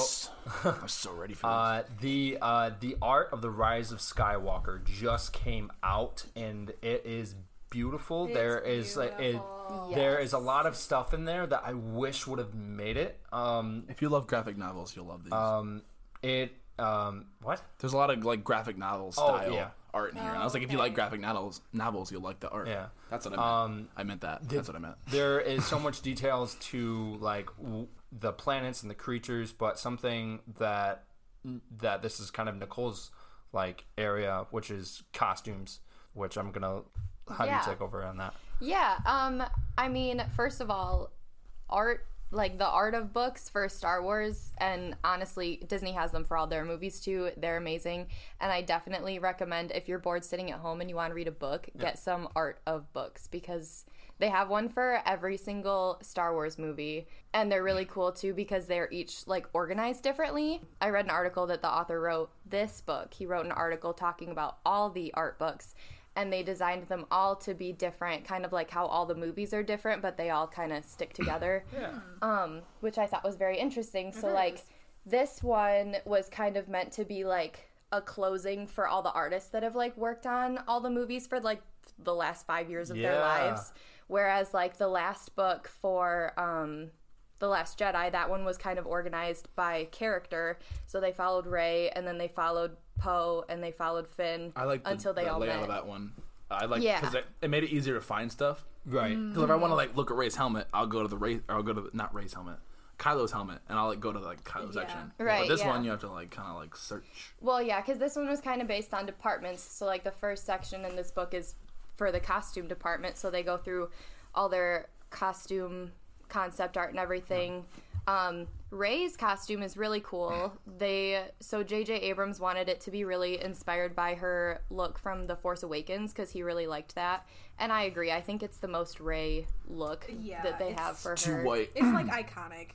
S3: I'm so ready for this.
S1: uh, the uh, the art of the rise of Skywalker just came out, and it is beautiful. there is like, it,
S2: beautiful.
S1: there is a lot of stuff in there that I wish would have made it. Um,
S3: if you love graphic novels, you'll love these.
S1: it um, what?
S3: There's a lot of like graphic novel style
S1: oh, yeah.
S3: art in here, and I was like, if you like graphic novels, novels, you'll like the art.
S1: Yeah. Um,
S3: that's what I meant. I meant that. That's what I meant.
S1: there is so much details to like w- the planets and the creatures, but something that that this is kind of Nicole's like area, which is costumes, which I'm gonna have
S4: Yeah.
S1: you take over on that.
S4: Yeah. Um. I mean, first of all, art like the art of books for Star Wars, and honestly, Disney has them for all their movies too. They're amazing, and I definitely recommend if you're bored sitting at home and you want to read a book, get some art of books because they have one for every single Star Wars movie, and they're really cool too because they're each like organized differently. I read an article that the author wrote this book. He wrote an article talking about all the art books and they designed them all to be different, kind of like how all the movies are different, but they all kind of
S3: <coughs>
S4: stick together. Yeah. Um, which I thought was very interesting. so like this one was kind of meant to be like a closing for all the artists that have like worked on all the movies for like the last five years of their
S1: Yeah.
S4: lives. Whereas like the last book for um the Last Jedi, that one was kind of organized by character. So they followed Rey and then they followed Poe and they followed Finn
S3: I like the,
S4: until they
S3: the
S4: all
S3: layout
S4: met.
S3: of that one. I like
S4: Yeah.
S3: because it, it made it easier to find stuff.
S1: Right.
S3: Because if I want to like look at Ray's helmet, I'll go to the Ray or I'll go to the, not Ray's helmet, Kylo's helmet, and I'll like go to like Kylo's
S2: Yeah.
S3: section.
S4: Right,
S3: But this
S4: yeah.
S3: one you have to like kind of like search.
S4: Well, yeah, because this one was kind of based on departments. So, like, the first section in this book is for the costume department. So, they go through all their costume concept art and everything. Um, Ray's costume is really cool. They so J.J. Abrams wanted it to be really inspired by her look from The Force Awakens because he really liked that, and I agree. I think it's the most Ray look
S2: Yeah,
S4: that they
S2: it's
S4: have for
S3: Too
S4: her.
S3: white.
S2: It's like iconic.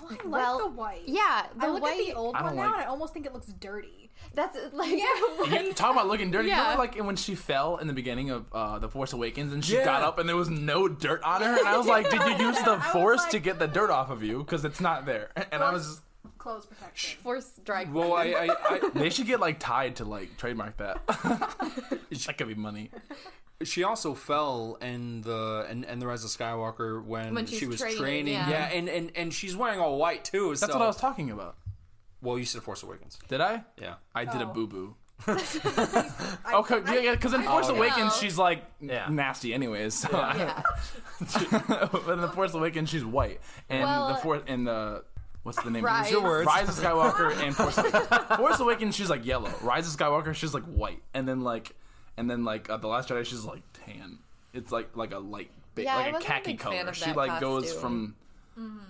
S2: Oh, I like
S4: Well,
S2: the white.
S4: Yeah, the
S2: I look
S4: white.
S2: at the old
S3: I
S2: one
S3: don't
S2: now,
S3: like-
S2: and I almost think it looks dirty.
S4: that's like <laughs>
S3: You, talking about looking dirty. You
S4: Yeah.
S3: remember, like when she fell in the beginning of uh, the Force Awakens, and she
S1: Yeah.
S3: got up, and there was no dirt on her, and I was like, "Did you use the Force to
S2: like-
S3: get the dirt off of you? Because it's not there." <laughs> And I was,
S2: Clothes protection.
S4: force drag.
S3: well, I, I, I <laughs> they should get like tied to like trademark that. <laughs> that could be money.
S5: She also fell in the in, in the Rise of Skywalker when,
S4: When
S5: she
S4: she's
S5: was
S4: training,
S5: training.
S4: yeah.
S5: Yeah, and, and and she's wearing all white too.
S3: That's what I was talking about.
S5: Well, you said Force Awakens.
S3: Did I?
S5: Yeah.
S3: I did a
S2: Oh.
S3: boo
S4: <laughs>
S3: boo. <laughs>
S2: I-
S3: Okay, yeah, yeah, because in Force
S4: don't
S3: Awakens
S4: know.
S3: she's like
S1: Yeah.
S3: nasty, anyways. So I-
S4: Yeah.
S3: <laughs> but in the Force Awakens she's white, and
S4: Well- uh,
S3: the fourth in the what's the name?
S4: Rise. Use your words.
S3: Rise of Skywalker and
S4: <laughs>
S3: Force Awakens. Force Awakens she's like yellow. Rise of Skywalker she's like white, and then like and then like uh, the Last Jedi she's like tan. It's like like a light, ba-
S4: Yeah, I
S3: like a
S4: wasn't a
S3: khaki
S4: big
S3: color.
S4: fan of
S3: she
S4: that
S3: like goes
S4: costume.
S3: from.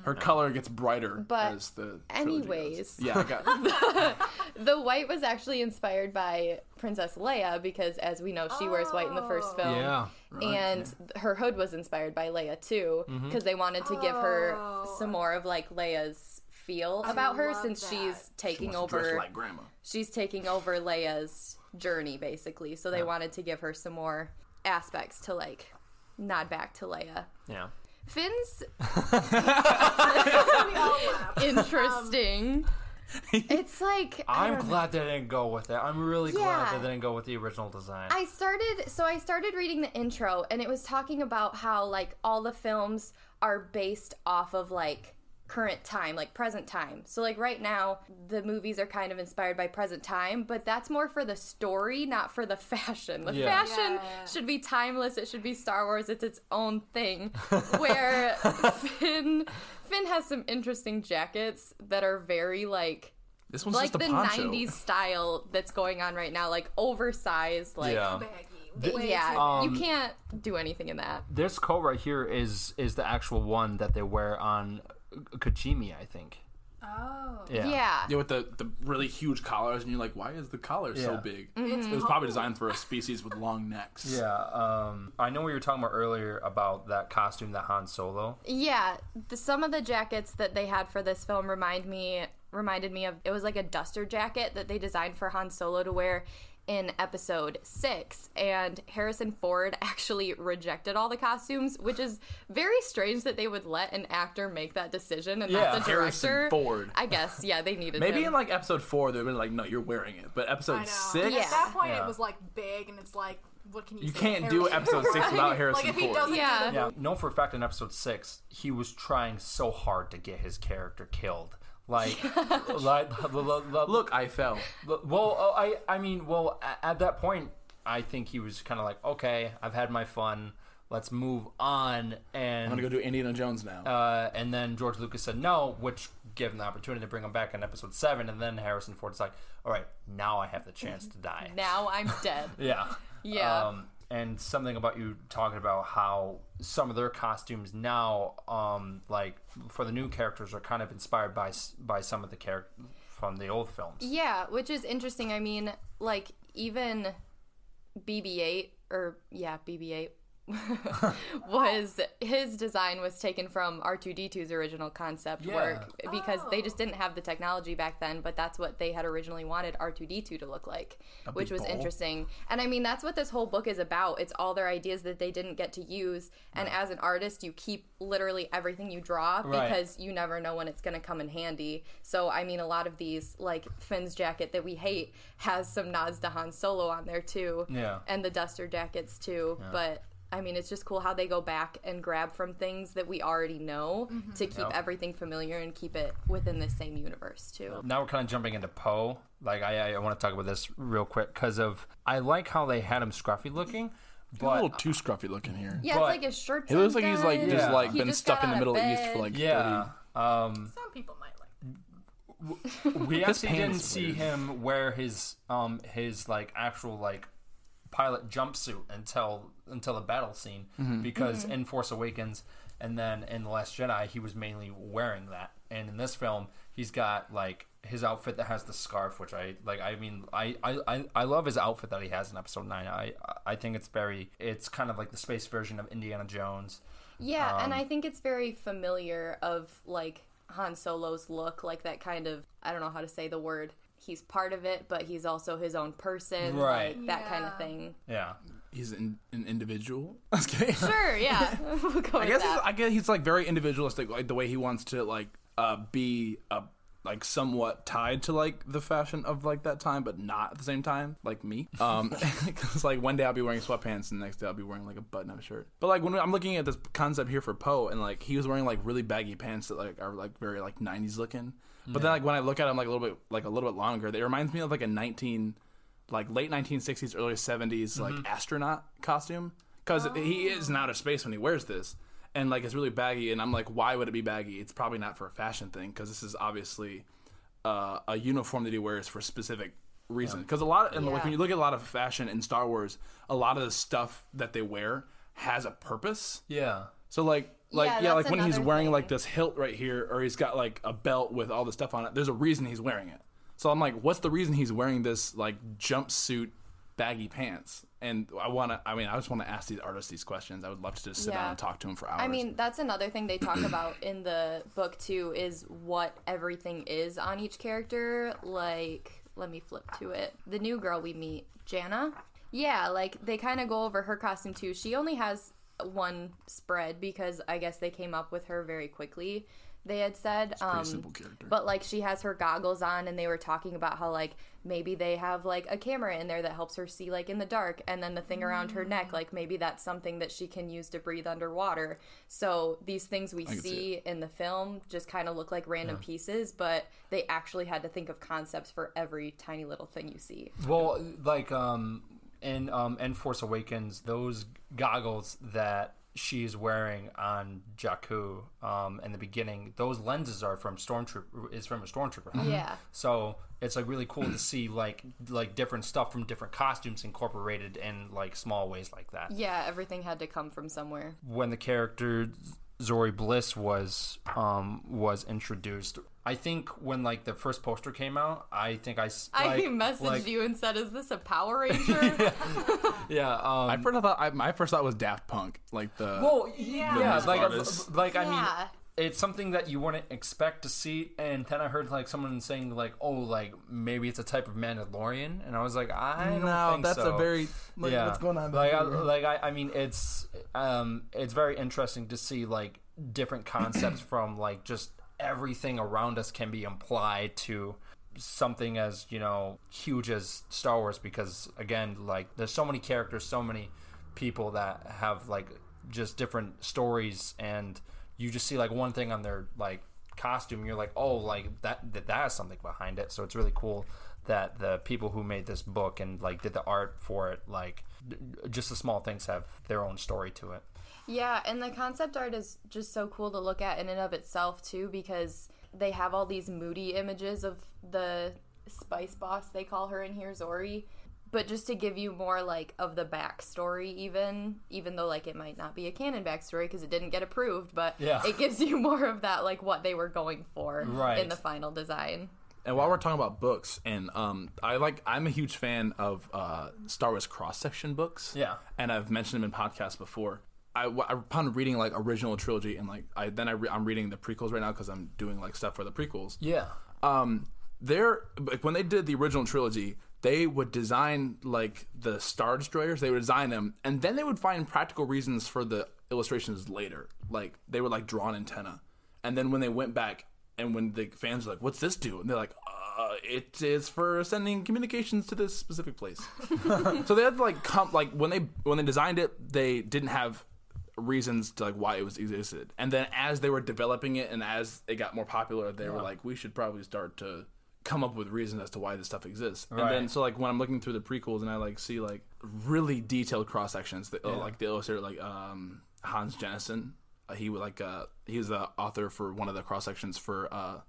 S3: Her
S4: Mm-hmm.
S3: color gets brighter
S4: But
S3: as the trilogy goes.
S4: anyways.
S3: Yeah, I
S4: <laughs>
S3: got,
S4: The white was actually inspired by Princess Leia because, as we know, she wears white in the
S2: Oh.
S4: first film.
S5: Yeah.
S4: And her hood was inspired by Leia too because they wanted to give her some more of like Leia's feel about her
S2: Oh. love
S4: since
S2: that.
S4: she's taking
S3: dressed
S4: over.
S3: like grandma.
S4: she's taking over Leia's journey basically. So they wanted to give her some more aspects to like nod back to Leia.
S1: Yeah.
S2: <laughs>
S4: Finn's
S2: We all laugh.
S4: interesting. it's like I
S1: I'm
S4: don't know.
S1: glad they didn't go with it. I'm really
S4: Yeah.
S1: glad they didn't go with the original design.
S4: I started so I started reading the intro and it was talking about how like all the films are based off of like current time, like present time. So like right now the movies are kind of inspired by present time, but that's more for the story, not for the <laughs> fashion. The fashion
S2: Yeah.
S4: should be timeless. It should be Star Wars. It's its own
S3: <laughs>
S4: thing. Where Finn Finn has some interesting jackets that are very like
S3: This one's
S4: like
S3: just a
S4: the
S3: poncho.
S4: 90s style that's going on right now like oversized like
S1: yeah.
S2: Baggy. way too
S4: yeah,
S2: big.
S3: Um,
S4: you can't do anything in that.
S1: This coat right here is is the actual one that they wear on Kajimi, I think.
S2: Oh.
S1: Yeah.
S4: yeah.
S3: Yeah, with the, the really huge collars, and you're like, why is the collar so
S1: Yeah.
S3: big? It
S4: Mm-hmm.
S3: was probably designed for a species with long necks.
S1: Yeah, um, I know we were talking about earlier about that costume that Han Solo.
S4: Yeah, the, some of the jackets that they had for this film remind me reminded me of it was like a duster jacket that they designed for Han Solo to wear in episode 6 and Harrison Ford <laughs> actually rejected all the costumes which is very strange that they would let an actor make that decision and
S1: Yeah,
S4: that's a
S3: Harrison
S4: director
S3: Ford.
S4: I guess yeah they needed
S3: Maybe
S4: him.
S3: in like episode four, they've been like, no, you're wearing it. But
S2: I know.
S3: episode six,
S2: At
S3: <laughs>
S2: that point,
S1: Yeah.
S2: it was like big, and it's like, what can you?
S3: you
S2: say?
S3: can't do
S2: Harrison
S3: episode
S2: Ford. <laughs>
S3: six without Harrison
S2: like if he
S3: Ford.
S2: doesn't,
S4: Yeah.
S2: do the-
S1: Yeah, know for a fact in episode six, he was trying so hard to get his character killed.
S4: <laughs>
S1: Like, like look,
S3: Look, I fell.
S1: well, oh, I, I mean, well, a- at that point, I think he was kind of like, okay, I've had my fun, let's move on, and
S3: I'm gonna go do Indiana Jones now.
S1: uh, and then George Lucas said no, which gave him the opportunity to bring him back in episode seven, and then Harrison Ford's like, all right, now I have the chance to die.
S4: <laughs> now I'm dead.
S3: <laughs>
S1: Yeah.
S4: Yeah.
S1: Um, and something about you talking about how some of their costumes now, um, like for the new characters, are kind of inspired by s- by some of the characters from the old films.
S4: Yeah, which is interesting. I mean, like even BB-8 or yeah,
S1: <laughs>
S4: BB-8 was his design was taken from R2D2's original concept
S1: Yeah.
S4: work because they just didn't have the technology back then, but that's what they had originally wanted R2D2 to look like, which
S3: big
S4: was
S3: ball.
S4: interesting. And I mean, that's what this whole book is about. It's all their ideas that they didn't get to use, and as an artist, you keep literally everything you draw
S1: Right.
S4: because you never know when it's going to come in handy. So, I mean, a lot of these, like Finn's jacket that we hate, has some nods to Han Solo on there too.
S1: Yeah.
S4: And the duster jackets too. But, I mean, it's just cool how they go back and grab from things that we already know to keep everything familiar and keep it within the same universe too.
S1: Now we're kind of jumping into Poe. Like I, I want to talk about this real quick because of I like how they had him scruffy looking,
S3: a
S1: but
S3: little too scruffy looking here.
S4: Yeah,
S1: But-
S4: it's like his shirt.
S3: He looks like he's like just
S1: Yeah.
S3: like
S4: He
S3: been
S4: just
S3: stuck
S4: got
S3: in the
S4: out of
S3: Middle East for
S4: bed.
S3: like
S1: yeah.
S3: 30
S2: Some people might like. That.
S1: we actually
S3: pants
S1: didn't
S3: is
S1: see
S3: weird.
S1: him wear his um his like actual like pilot jumpsuit until until the battle scene because in Force Awakens and then in the Last Jedi he was mainly wearing that and in this film he's got like his outfit that has the scarf which I like I mean I I, I, I love his outfit that he has in episode 9 I I think it's very it's kind of like the space version of Indiana Jones
S4: Yeah,
S3: Um,
S4: and I think it's very familiar of like Han Solo's look, like that kind of I don't know how to say the word. He's part of it, but he's also his own person,
S1: Right.
S4: Like, that kind of thing.
S1: yeah
S3: He's an, an individual. <laughs> Okay.
S4: Sure, yeah, <laughs> we'll go
S3: I
S4: with
S3: guess he's,
S4: that.
S3: I guess he's like very individualistic, like the way he wants to like uh, be uh, like somewhat tied to like the fashion of like that time, but not at the same time, like me. Um, <laughs> 'cause, like one day I'll be wearing sweatpants, and the next day I'll be wearing like a button-up shirt. But like when I'm looking at this concept here for Poe, and like he was wearing like really baggy pants that like are like very like '90s looking. But then like when I look at him like a little bit like a little bit longer, it reminds me of like a 19- like late 1960s, early 70s,
S4: Mm-hmm.
S3: like astronaut costume because
S4: Oh.
S3: he is in outer space when he wears this, and like it's really baggy. And I'm like, why would it be baggy? It's probably not for a fashion thing because this is obviously uh, a uniform that he wears for specific reason. Because a lot, of, and like
S4: Yeah.
S3: when you look at a lot of fashion in Star Wars, a lot of the stuff that they wear has a purpose.
S1: yeah
S3: So like like
S4: Yeah,
S3: yeah,
S4: that's
S3: like when he's
S4: another
S3: wearing
S4: thing.
S3: like this hilt right here or he's got like a belt with all the stuff on it, there's a reason he's wearing it. So I'm like, what's the reason he's wearing this like jumpsuit baggy pants? And I wanna I mean, I just wanna ask these artists these questions. I would love to just sit
S4: Yeah.
S3: down and talk to him for hours.
S4: I mean, that's another thing they talk about in the book too is what everything is on each character. Like, let me flip to it. The new girl we meet, Jana. Yeah, like they kind of go over her costume too. She only has one spread because I guess they came up with her very quickly. They had said, um,
S3: simple character.
S4: but like she has her goggles on, and they were talking about how like maybe they have like a camera in there that helps her see like in the dark, and then the thing around her
S1: Mm.
S4: neck, like maybe that's something that she can use to breathe underwater. So these things we
S3: see
S4: see in the film just kind of look like random pieces, but they actually had to think of concepts for every tiny little thing you see.
S1: Well, like um in um in Force Awakens, those goggles that she's wearing on Jakku um, in the beginning, those lenses are from stormtrooper is from a stormtrooper. helmet.
S4: Yeah.
S1: So it's like really cool to see like like different stuff from different costumes incorporated in like small ways like that.
S4: Yeah, everything had to come from somewhere.
S1: When the character Zori Bliss was um, was introduced, I think when like the first poster came out, I think I s-
S4: I
S1: like-
S4: messaged
S1: like-
S4: you and said, "Is this a Power Ranger?"
S1: Yeah. Um,
S3: I first thought I, my first thought was Daft Punk, like the
S1: Well, yeah,
S3: The music
S1: like, uh,
S3: artist.
S1: like I
S4: Yeah.
S1: mean, it's something that you wouldn't expect to see. And then I heard like someone saying like, "Oh, like maybe it's a type of Mandalorian," and I was like, "I don't
S3: No,
S1: think
S3: that's
S1: so."
S3: a very- like, what's going on
S1: Like, I,
S3: back there?
S1: like I, I mean, it's um, it's very interesting to see like different
S3: <clears throat>
S1: concepts from like just everything around us can be implied to something as you know huge as Star Wars because again like there's so many characters so many people that have like just different stories and you just see like one thing on their like costume you're like oh like that that, that has something behind it so it's really cool that the people who made this book and like did the art for it like d- just the small things have their own story to it
S4: Yeah, and the concept art is just so cool to look at in and of itself too because they have all these moody images of the spice boss they call her in here Zori. But just to give you more like of the backstory, even even though like it might not be a canon backstory because it didn't get approved, but
S1: Yeah.
S4: it gives you <laughs> more of that like what they were going for
S1: Right.
S4: in the final design.
S3: And while we're talking about books, and um, I like, I'm a huge fan of uh, Star Wars cross section books.
S1: Yeah.
S3: and I've mentioned them in podcasts before. I, w- I- upon reading like original trilogy, and like I then I re- I'm reading the prequels right now because I'm doing like stuff for the prequels.
S1: yeah
S3: Um, they're like when they did the original trilogy, they would design like the star destroyers. They would design them, and then they would find practical reasons for the illustrations later. Like they would like draw an antenna, and then when they went back, and when the fans were like, "What's this do?" and they're like, uh, "It is for sending communications to this specific place." <laughs> so they had to like come like when they when they designed it, they didn't have reasons to like why it was existed. And then as they were developing it and as it got more popular, they were like, we should probably start to come up with reasons as to why this stuff exists. And then
S1: Right.
S3: so like when I'm looking through the prequels and I like see like really detailed cross sections that uh, like the illustrator like um Hans Jennison. Uh, he would like uh he was the author for one of the cross sections for uh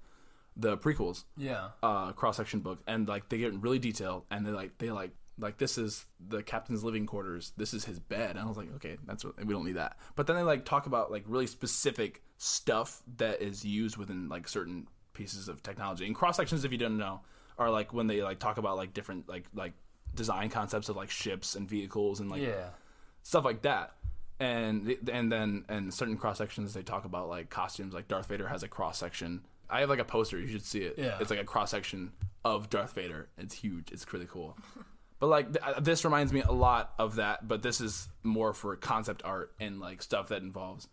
S3: the prequels
S1: yeah
S3: uh, cross section book, and like they get really detailed, and they like they like like this is the captain's living quarters, this is his bed, and I was like, okay, that's what, we don't need that. But then they like talk about like really specific stuff that is used within like certain pieces of technology. And cross sections, if you don't know, are like when they like talk about like different like like design concepts of like ships and vehicles and like
S1: yeah
S3: stuff like that. And and then and certain cross sections they talk about like costumes. Like Darth Vader has a cross section. I have like a poster. You should see it.
S1: Yeah.
S3: It's like a cross section of Darth Vader. It's huge. It's really cool. <laughs> but like th- uh, this reminds me a lot of that. But this is more for concept art and like stuff that involves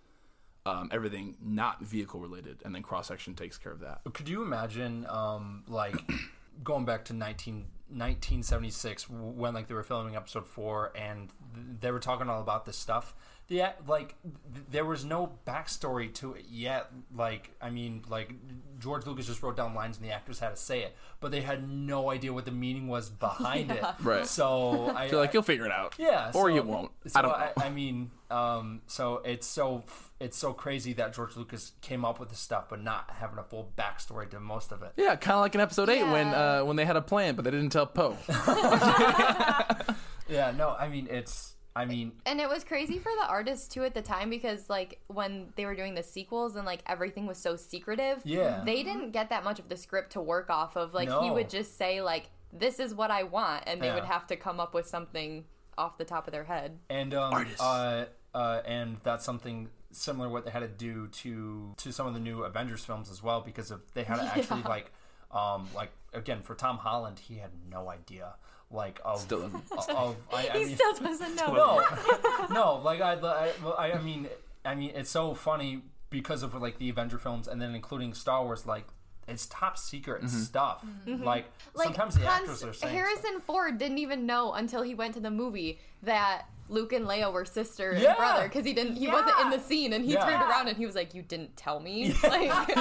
S3: um, everything not vehicle related. And then cross section takes care of that.
S1: Could you imagine, um, like, <clears throat> going back to 19, 1976 w- when, like, they were filming episode four and th- they were talking all about this stuff? Yeah, like, th- there was no backstory to it yet. Like, I mean, like, George Lucas just wrote down lines and the actors had to say it, but they had no idea what the meaning was behind it.
S3: <laughs> Right.
S1: So, I.
S3: They're like you'll figure it out.
S1: Yeah, so-
S3: Or you won't.
S1: So
S3: I don't know.
S1: I, I mean, um, so it's so f- it's so crazy that George Lucas came up with this stuff, but not having a full backstory to most of it.
S3: yeah, kind of like in episode eight when
S4: Yeah.
S3: uh, when they had a plan but they didn't tell Poe. <laughs>
S1: Yeah, no, I mean it's, I mean,
S4: And it was crazy for the artists too at the time because like when they were doing the sequels and like everything was so secretive,
S1: Yeah.
S4: they didn't get that much of the script to work off of. Like he
S1: No.
S4: would just say like this is what I want and they
S1: Yeah.
S4: would have to come up with something off the top of their head.
S1: and um,
S3: Artists.
S1: uh, uh, and that's something similar what they had to do to to some of the new Avengers films as well because of they had to actually like, um, like again for Tom Holland, he had no idea like of
S3: Still doesn't.
S1: of I, I
S4: He
S1: mean,
S4: still doesn't know.
S1: no, <laughs> no. Like I, I, I- I mean, I mean, it's so funny because of like the Avenger films, and then including Star Wars. Like it's top secret
S3: Mm-hmm.
S1: stuff. Like,
S4: Like
S1: sometimes the
S4: Hans-
S1: actors are saying
S4: Harrison
S1: stuff.
S4: Ford didn't even know until he went to the movie that Luke and Leia were sister
S1: Yeah.
S4: and brother because he didn't he wasn't in the scene and he
S1: Yeah.
S4: turned around and he was like you didn't tell me like <laughs>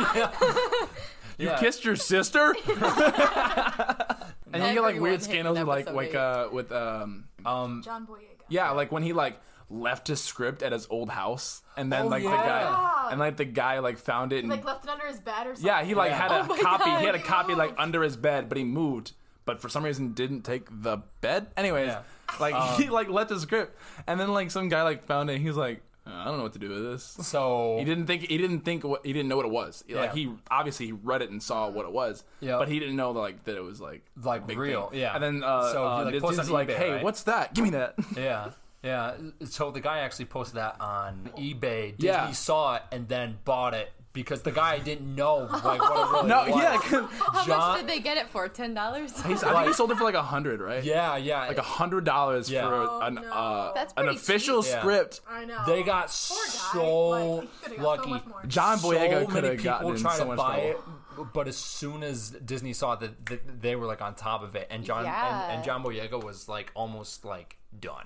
S3: You
S1: Yeah.
S3: kissed your <laughs> sister? and you get like
S4: Everyone
S3: weird
S4: hated
S3: scandals with like
S4: episode
S3: like
S4: eight.
S3: uh with um
S2: John Boyega.
S3: yeah, like when he like left his script at his old house, and then
S1: Oh,
S3: like the
S1: yeah.
S3: guy, and like the guy like found it, and
S2: Like left it under his bed or something.
S3: yeah, he like had
S4: Oh
S3: a
S4: my
S3: copy.
S4: God,
S3: he had a
S4: he
S3: copy like
S4: moved.
S3: under his bed, but he moved, but for some reason didn't take the bed. Anyways, like <laughs> he like left his script, and then like some guy like found it. and He was like, I don't know what to do with this.
S1: So
S3: He didn't think he didn't think what he didn't know what it was. Like
S1: Yeah.
S3: he obviously he read it and saw what it was.
S1: Yeah.
S3: But he didn't know like that it was like
S1: Like,
S3: a big
S1: real,
S3: thing.
S1: yeah.
S3: And then uh,
S1: So
S3: so
S1: he,
S3: uh,
S1: like,
S3: this
S1: posted
S3: dude's
S1: on
S3: like,
S1: eBay,
S3: hey,
S1: right?
S3: what's that? Give me that.
S1: <laughs> Yeah, yeah. So the guy actually posted that on eBay. Disney
S3: Yeah.
S1: saw it and then bought it because the guy didn't know like what it really
S3: no,
S1: was.
S3: yeah. 'cause-
S4: How
S1: John-
S4: much did they get it for? Ten dollars.
S3: He's, I think he sold it for like a hundred, right?
S1: yeah, yeah.
S3: Like a hundred dollars
S1: Yeah.
S3: for an
S2: no.
S3: uh,
S4: Oh, That's
S3: an
S4: pretty
S3: official
S1: cheap. Yeah.
S3: script.
S2: I know.
S1: they got
S2: Poor guy.
S1: so
S2: Like, he could've got
S1: lucky.
S2: So much more.
S3: John Boyega
S1: so
S3: could
S1: many
S3: have gotten
S1: people
S3: in
S1: tried
S3: so
S1: to
S3: much
S1: buy
S3: trouble.
S1: it, but as soon as Disney saw that, that they were like on top of it, and John
S4: Yeah.
S1: and, and John Boyega was like almost like done.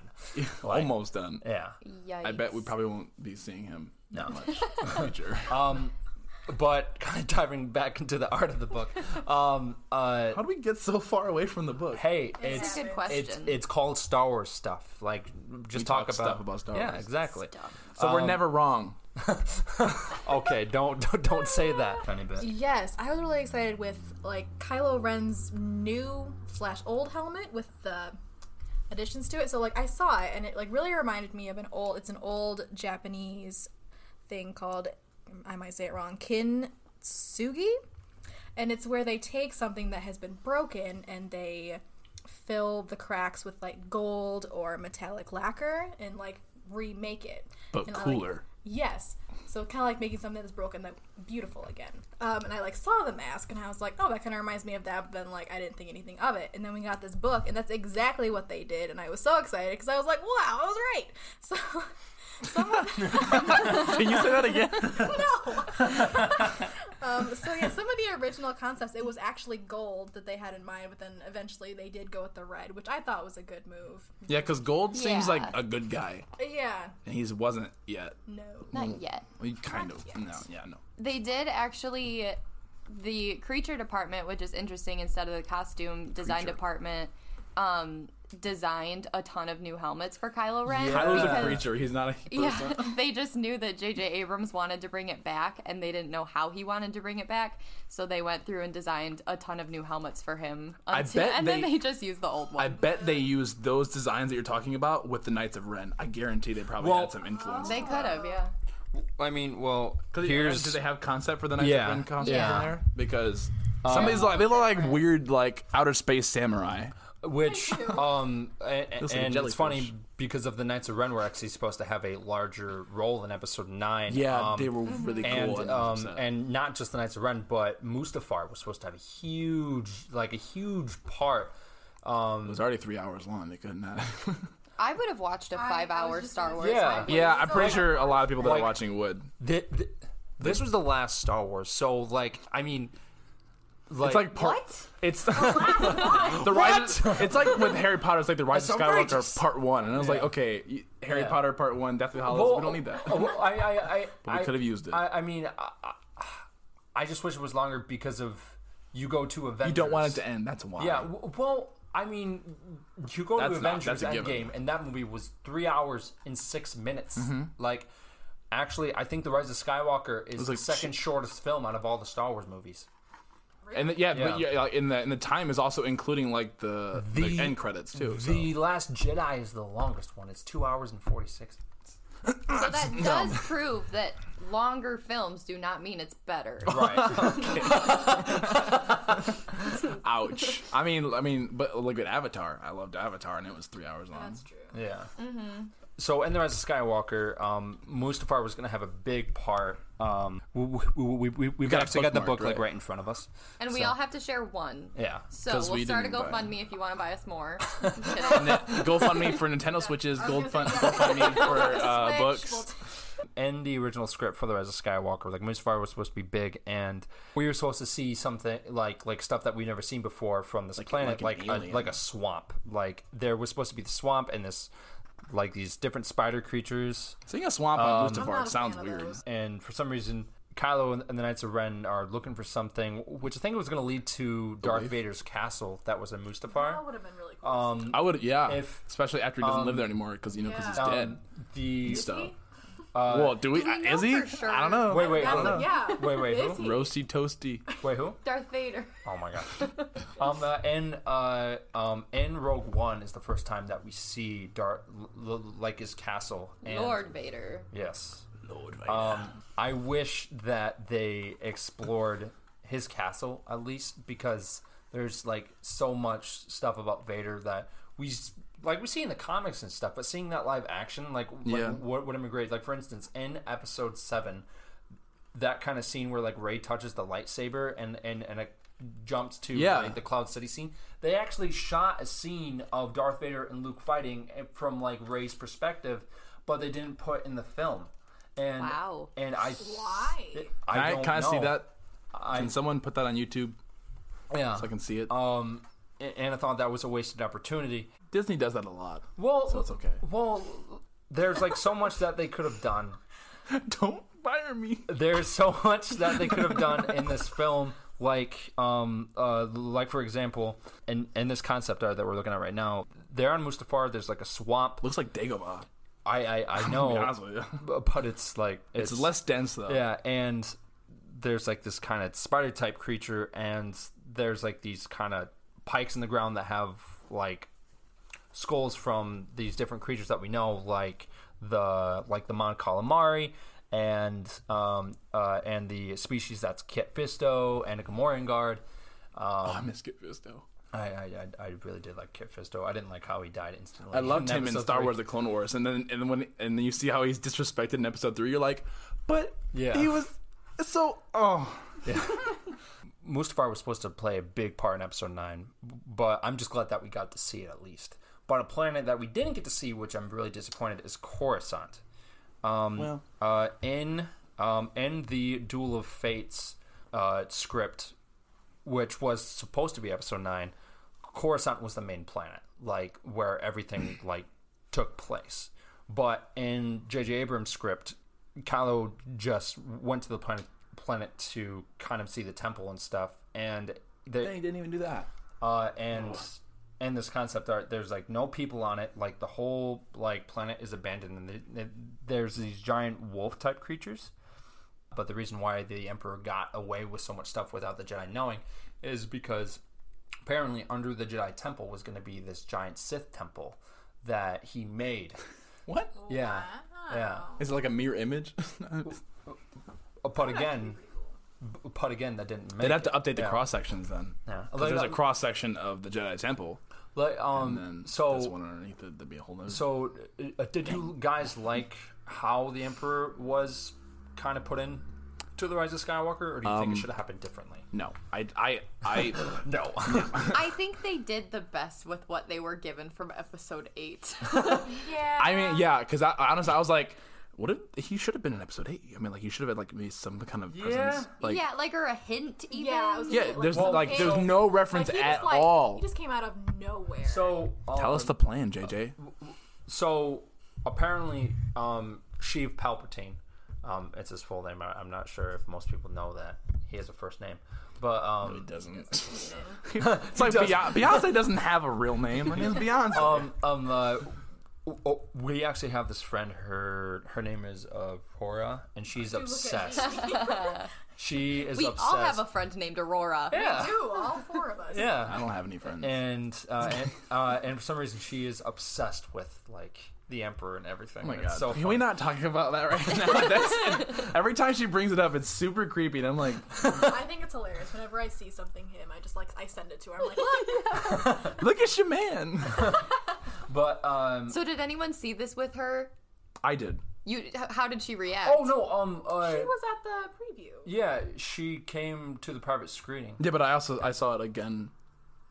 S1: Like,
S3: Almost done.
S1: <laughs> Yeah.
S4: Yikes.
S3: I bet we probably won't be seeing him
S1: No. <laughs> Uh,
S3: much in the future.
S1: But <laughs> kind of diving back into the art of the book.
S4: <laughs>
S1: Um, uh,
S3: How do we get so far away from the book?
S1: hey, it's
S4: That's a good
S1: it's
S4: question.
S1: it's called Star Wars stuff. Like just
S3: talk
S1: talk about
S3: stuff about Star
S1: Yeah,
S3: Wars.
S1: exactly.
S3: so
S1: um,
S3: we're never wrong.
S1: <laughs> Okay, don't don't, don't say that. Funny bit.
S2: Yes, I was really excited with like Kylo Ren's new slash old helmet with the additions to it. So like I saw it and it like really reminded me of an old. It's an old Japanese thing called I might say it wrong kintsugi, and it's where they take something that has been broken and they fill the cracks with like gold or metallic lacquer and like remake it.
S3: But
S2: And I, like,
S3: cooler.
S2: Yes. So kind of like making something that's broken that beautiful again. Um, and I like saw the mask and I was like, oh, that kind of reminds me of that. But then like I didn't think anything of it. And then we got this book and that's exactly what they did. And I was so excited because I was like, wow, I was right. <laughs> So someone,
S3: Can you say that again?
S2: um, so yeah, some of the original concepts, it was actually gold that they had in mind. But then eventually they did go with the red, which I thought was a good move.
S3: yeah, because Gold seems
S4: Yeah.
S3: like a good guy,
S2: Yeah.
S3: and he wasn't yet.
S2: No.
S4: Not yet.
S3: He kind of. No. Yeah. No.
S4: They did actually the creature department, which is interesting, instead of the costume design
S3: Creature.
S4: department, um, designed a ton of new helmets for Kylo Ren.
S3: Kylo's a
S4: because-
S3: creature. He's not a person.
S4: <laughs> Yeah, they just knew that J.J. Abrams wanted to bring it back, and they didn't know how he wanted to bring it back, so they went through and designed a ton of new helmets for him. until-
S3: bet
S4: and then
S3: they-
S4: they just used the old
S3: I
S4: one.
S3: bet they used those designs that you're talking about with the Knights of Ren. I guarantee they probably
S1: Well-
S3: had some influence.
S4: They could have, yeah.
S1: I mean, well,
S3: do they have concept for the Knights
S1: Yeah.
S3: of Ren concept
S4: Yeah.
S3: in there? Um, Because some of these like they look like weird like outer space samurai.
S1: which um a- a-
S3: Looks like a
S1: and it's
S3: jellyfish.
S1: funny because of the Knights of Ren were actually supposed to have a larger role in Episode Nine.
S3: Yeah,
S1: um,
S3: they were really
S1: and
S3: cool. and
S1: um
S3: upset.
S1: and not just the Knights of Ren, but Mustafar was supposed to have a huge like a huge part.
S3: it was already three hours long. They couldn't. <laughs>
S4: I would have watched a
S2: I was
S4: five-hour
S2: just
S4: Star
S2: gonna
S4: Wars.
S2: say
S1: Yeah.
S2: five
S3: yeah,
S2: years
S3: I'm pretty
S2: ago.
S3: sure a lot of people that
S1: Like-
S3: are watching would.
S1: Th th this was the last Star Wars, so like I mean, like,
S3: It's like part.
S4: What?
S3: It's
S2: Oh,
S3: the <laughs> rise. It's like with Harry Potter. It's like the rise of
S1: That's outrageous.
S3: Skywalker part one, and I was like, okay, y- Harry
S1: Yeah.
S3: Potter part one, Deathly Hollows.
S1: Well,
S3: we don't need that.
S1: <laughs> well, I, I, I,
S3: we
S1: I-
S3: could've used it.
S1: I, I mean, I, I- I just wish it was longer because of you go to Avengers.
S3: You don't want it to end. That's why.
S1: Yeah. w- Well, I mean, you go to
S3: That's not-
S1: Avengers
S3: that's a given.
S1: Endgame, and that movie was three hours and six minutes. Like, actually, I think The Rise of Skywalker is
S3: was
S1: the
S3: like
S1: second shortest film out of all the Star Wars movies.
S3: and the, yeah,
S1: Yeah.
S3: but yeah, like, in the and the time is also including like the, the,
S1: The-
S3: end credits too. so. <laughs>
S1: The Last Jedi is the longest one. It's two hours and forty six.
S4: So that does prove that longer films do not mean it's better.
S3: Oh,
S1: Right.
S3: <laughs> Ouch. I mean, I mean, but look at Avatar. I loved Avatar, and it was three hours long.
S2: That's true.
S1: Yeah.
S4: Mm-hmm.
S1: So, and the Rise of Skywalker, um, Mustafar was going to have a big part. Um, we, we, we, we, we've
S3: got
S1: actually got the book
S3: bookmarked,
S1: like
S3: right?
S1: right in front of us.
S4: And we all have to share one.
S1: Yeah.
S4: So
S3: 'Cause
S4: we'll
S3: we
S4: start a
S3: didn't buy it.
S4: GoFundMe if you want to buy us more.
S3: GoFundMe
S2: <laughs>
S3: for Nintendo Switches. Gold
S2: gonna
S3: fund,
S2: say- <laughs>
S3: GoFundMe for uh,
S2: Switch,
S3: books.
S2: we'll
S1: In the original script for the Rise of Skywalker, like Mustafar was supposed to be big, and we were supposed to see something like like stuff that we've never seen before from this planet,
S3: like
S1: like
S3: an
S1: a,
S3: alien.
S1: like a swamp. Like there was supposed to be the swamp and this like these different spider creatures,
S3: Seeing a swamp on
S2: I'm not a
S3: Mustafar
S2: fan
S3: sounds
S2: of
S3: weird.
S2: those.
S1: and for some reason. Kylo and- and the Knights of Ren are looking for something, which I think was going to lead to Darth Vader's castle that was in Mustafar.
S2: That would have been really
S1: Um,
S3: I would, yeah.
S1: If-
S3: Especially after he doesn't live there anymore because you know because he's dead.
S1: um, Uh, the
S3: Stuff.
S2: he?
S3: well, do we?
S2: Do we know
S3: is he?
S2: for sure?
S3: I don't know.
S1: wait, wait, I
S2: That's
S1: don't
S2: a-
S1: know.
S2: yeah.
S1: Wait, wait,
S2: Is
S1: who?
S2: he?
S3: Roasty toasty.
S1: Wait, who?
S4: Darth Vader.
S1: Oh my gosh. <laughs> um, uh, and uh, um, in Rogue One is the first time that we see Darth, l- l- like his castle. And,
S4: Lord Vader.
S1: Yes.
S3: Lord,
S1: Um, I wish that they explored his castle at least because there's like so much stuff about Vader that we s- like we see in the comics and stuff, but seeing that live action, like, like,
S3: Yeah.
S1: what would have been great. Like for instance, in Episode Seven, that kind of scene where like Ray touches the lightsaber and and and it jumps to
S3: Yeah.
S1: like, the Cloud City scene. They actually shot a scene of Darth Vader and Luke fighting eh, from like Ray's perspective, but they didn't put in the film. And
S4: Wow.
S1: and I
S2: Why?
S1: I,
S3: I,
S1: don't
S3: can I
S1: know.
S3: see that?
S1: I,
S3: Can someone put that on YouTube
S1: yeah.
S3: so I can see it?
S1: um, a- and I thought that was a wasted opportunity.
S3: Disney does that a lot. <laughs>
S1: Well,
S3: So it's okay.
S1: Well, there's like so much that they could have done.
S3: Don't fire me.
S1: there's so much that they could have done in this film like um uh like for example and and this concept art that we're looking at right now they're on mustafar there's like a swamp
S3: Looks like Dagobah.
S1: i
S3: <laughs>
S1: i, I
S3: To be
S1: know
S3: honest with you.
S1: bu- but it's like
S3: It's, less dense though.
S1: Oh. yeah and there's like this kind of spider type creature and there's like these kind of pikes in the ground that have like skulls from these different creatures that we know like the like the mon calamari and um uh and the species that's Kit Fisto and a Gamoran guard um,
S3: Oh, I miss Kid Fisto.
S1: I, I I- I really did like Kit Fisto. I didn't like how he died instantly.
S3: I loved him in
S1: episode
S3: Star
S1: three.
S3: Wars: The Clone Wars, and then and then when and then you see how he's disrespected in Episode Three, you're like, but
S1: Yeah.
S3: he was so oh
S1: Mustafar was supposed to play a big part in episode nine, but I'm just glad that we got to see it at least. But a planet that we didn't get to see, which I'm really disappointed, is Coruscant. Um,
S3: Well.
S1: uh, in um, in the Duel of Fates uh, script, which was supposed to be episode nine, Coruscant was the main planet, like where
S3: <clears throat>
S1: everything like took place. But in J.J. Abrams' script, Kylo just went to the planet planet to kind of see the temple and stuff, and they,
S3: Dang, he didn't even do that.
S1: uh, and and this concept art there's like no people on it like the whole like planet is abandoned and th- th- there's these giant wolf type creatures but the reason why the emperor got away with so much stuff without the jedi knowing is because apparently under the jedi temple was going to be this giant sith temple that he made
S3: What?
S1: yeah yeah
S3: Is it like a mirror image? <laughs>
S1: but again b- but again that didn't make
S3: They'd have to
S1: it.
S3: update the
S1: Yeah.
S3: cross sections then.
S1: Yeah. uh,
S3: 'Cause there's a cross section of the Jedi Temple,
S1: like um
S3: and then
S1: so
S3: there's one underneath the, the Beholder.
S1: So, uh, did you guys like how the Emperor was kind of put in to the Rise of Skywalker, or do you
S3: Um,
S1: think it should have happened differently?
S3: no, I I I
S1: No.
S4: I think they did the best with what they were given from episode eight.
S2: Yeah.
S3: I mean yeah, because I honestly I was like, what if he should have been in Episode Eight? I mean like he should have had like maybe some kind of presence. Like,
S4: yeah, like or a hint even.
S2: Yeah, I was
S3: yeah,
S2: Like,
S3: There's
S2: well,
S3: like there's
S2: so-
S3: no reference
S2: Like, he
S3: at
S2: just, like,
S3: all.
S2: He just came out of
S1: <laughs>
S2: nowhere.
S1: so, um,
S3: <laughs> Tell us the plan,
S1: Uh,
S3: JJ.
S1: So, apparently, um, Sheev Palpatine, um, it's his full name. I, I'm not sure if most people know that he has a first name, but um, <laughs>
S3: doesn't. <laughs> it's like Beyonce, Beyonce doesn't have a real name. Her name's
S1: <laughs>
S3: Beyonce.
S1: um, um, uh, w- w- we actually have this friend. Her her name is uh, Hora, and she's obsessed.
S4: <laughs>
S1: she is
S4: we
S1: obsessed.
S4: all have a friend named Aurora.
S1: yeah.
S2: Two, all four of
S3: <laughs>
S2: us.
S1: Yeah.
S3: I don't have any friends.
S1: and uh, and, uh, and for some reason she is obsessed with like the emperor and everything.
S3: Oh my
S1: It's
S3: god!
S1: So
S3: Can we
S1: fun.
S3: not talk about that right now? <laughs> That's, every time she brings it up, it's super creepy, and I'm like,
S2: I think it's hilarious. Whenever I see something him, I just like I send it to her. I'm like, look,
S3: "Look at your man."
S1: But um,
S4: So did anyone see this with her?
S3: <laughs> I did.
S4: You h- how did she react?
S1: oh no, um, uh,
S2: he was at the preview.
S1: yeah, she came to the private screening.
S3: Yeah, but I also I saw it again,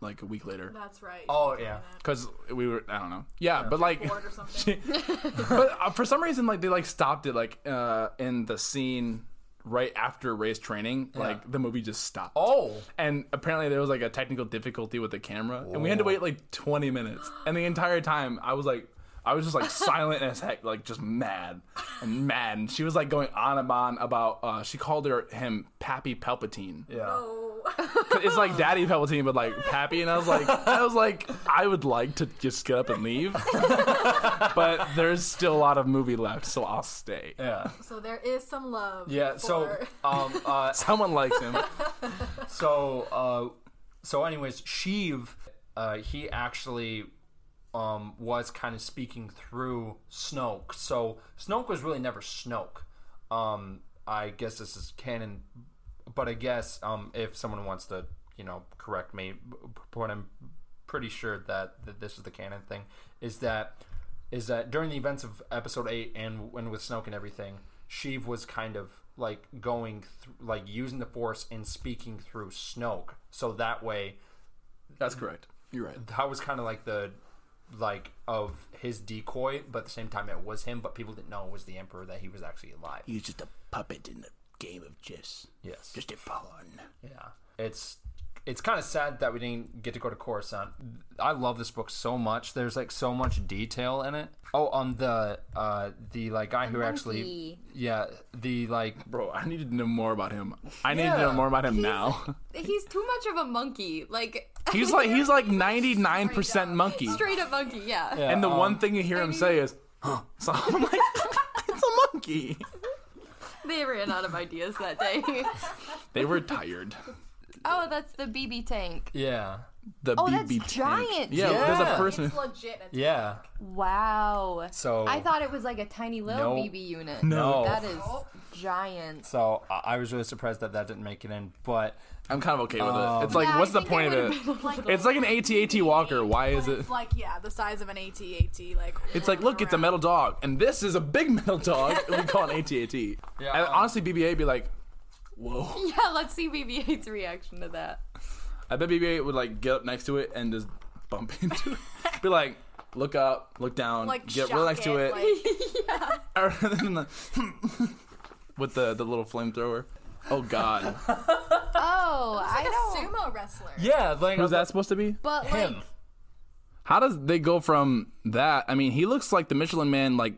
S3: like a week later,
S2: That's right.
S1: Oh yeah,
S3: because we were I don't know. Yeah, but like,
S2: Bored or
S3: <laughs>
S2: something.
S3: but uh, for some reason, like they like stopped it like uh in the scene right after race training. Like the movie just stopped.
S1: Oh.
S3: and apparently there was like a technical difficulty with the camera and we had to wait like 20 minutes and the entire time i was like i was just like silent as heck like just mad and mad and she was like going on and on about uh she called her him pappy palpatine
S1: yeah.
S2: Oh.
S3: it's like Daddy Palpatine, but like Pappy, and I was like, I was like, I would like to just get up and leave, but there's still a lot of movie left, so I'll stay.
S1: Yeah.
S2: So there is some love.
S1: Yeah. So,
S2: for-
S1: um, uh,
S3: Someone likes him.
S1: so, uh, so, anyways, Sheev, uh, he actually um, was kind of speaking through Snoke. So Snoke was really never Snoke. Um, I guess this is canon, but I guess um, if someone wants to, you know, correct me, but I'm pretty sure that, that this is the canon thing is that is that during the events of Episode Eight and and with Snoke and everything, Sheev was kind of like going thr like using the Force and speaking through Snoke. So that way,
S3: That's correct. You're right.
S1: that was kind of like the like of his decoy, but at the same time it was him, but people didn't know it was the emperor that he was actually alive.
S3: He's just a puppet in the game of chess.
S1: Yes.
S3: Just a pawn.
S1: Yeah. It's it's kind of sad that we didn't get to go to Coruscant. I love this book so much. There's like so much detail in it. Oh, on the uh the like guy who actually
S4: monkey.
S1: yeah, the like
S3: Bro, I need to know more about him. I need to know more about him now.
S4: He's too much of a monkey. Like <laughs>
S3: He's like he's like 99%
S2: up.
S3: monkey.
S4: straight up monkey. Yeah.
S3: And the one thing you hear him say is, huh. So I'm like, <laughs> it's a monkey.
S4: They ran out of ideas that day. <laughs>
S3: They were tired.
S4: oh, that's the BB tank.
S1: yeah.
S3: The
S4: Oh, that's
S3: BB tank.
S4: giant,
S3: Yeah,
S4: too.
S3: there's a
S1: Yeah.
S3: person.
S2: It's legit. It's
S1: Yeah.
S4: Wow.
S1: So
S4: I thought it was like a tiny little
S1: No.
S4: BB unit.
S1: No.
S4: That is giant.
S1: so I I was really surprised that that didn't make it in, but
S3: I'm kind of okay with it. It's like,
S4: Oh, Yeah, I
S3: what's the
S4: think I
S3: point of
S4: would've
S3: it?
S4: been
S2: like
S3: It's like an AT-AT walker. Why is
S2: but
S3: it?
S2: it's like yeah, the size of an AT-AT. Like
S3: It's like, look, it's a metal dog, and this is a big <laughs> metal dog. and we call it AT-AT. Yeah, and
S1: um,
S3: honestly, BB-8 be like,
S4: <laughs>
S3: whoa.
S4: <laughs> Yeah, let's see BB-8's reaction to that.
S3: I bet BB-8 would like get up next to it and just bump <laughs> into it. Be like, look up, look
S2: <laughs>
S3: down,
S2: Like
S3: get
S2: shock
S3: real next to it,
S2: Like,
S3: <laughs> Rather than the <laughs> with the the little flamethrower. Oh God,
S4: Oh, I
S2: like a
S4: don't.
S2: sumo wrestler.
S1: yeah, like
S3: who's that supposed to be?
S4: But
S1: him.
S4: like,
S3: How does they go from that? I mean, he looks like the Michelin Man like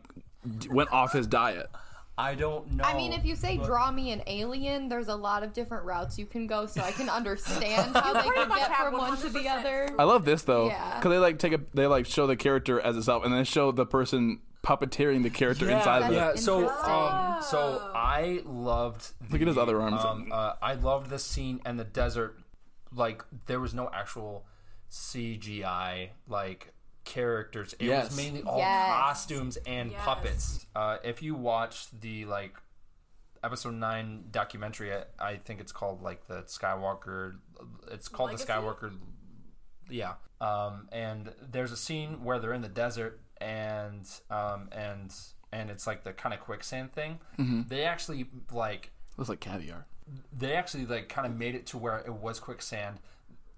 S3: d- went off his diet.
S1: I don't know.
S4: I
S3: Oh.
S4: mean, if you say draw me an alien, there's a lot of different routes you can go, so I <laughs> can understand how they can
S2: much
S4: get
S2: have
S4: from one to the
S2: 100%
S4: other.
S3: I love this though,
S4: Yeah.
S3: because they like take a they like show the character as itself, and then show the person puppeteering the character inside of it.
S1: yeah. So,
S4: Interesting.
S1: um, so I loved. The,
S3: Look at his other arms.
S1: Um, uh, I loved the scene in the desert. Like there was no actual CGI like characters. It
S3: Yes.
S1: was mainly all
S4: Yes.
S1: costumes and puppets. Uh, if you watch the like episode nine documentary, I, I think it's called like the Skywalker. It's called
S2: Legacy?
S1: the Skywalker yeah. Um, and there's a scene where they're in the desert, and um, and and it's like the kind of quicksand thing. They actually like
S3: Looks like caviar.
S1: they actually like kind of made it to where it was quicksand.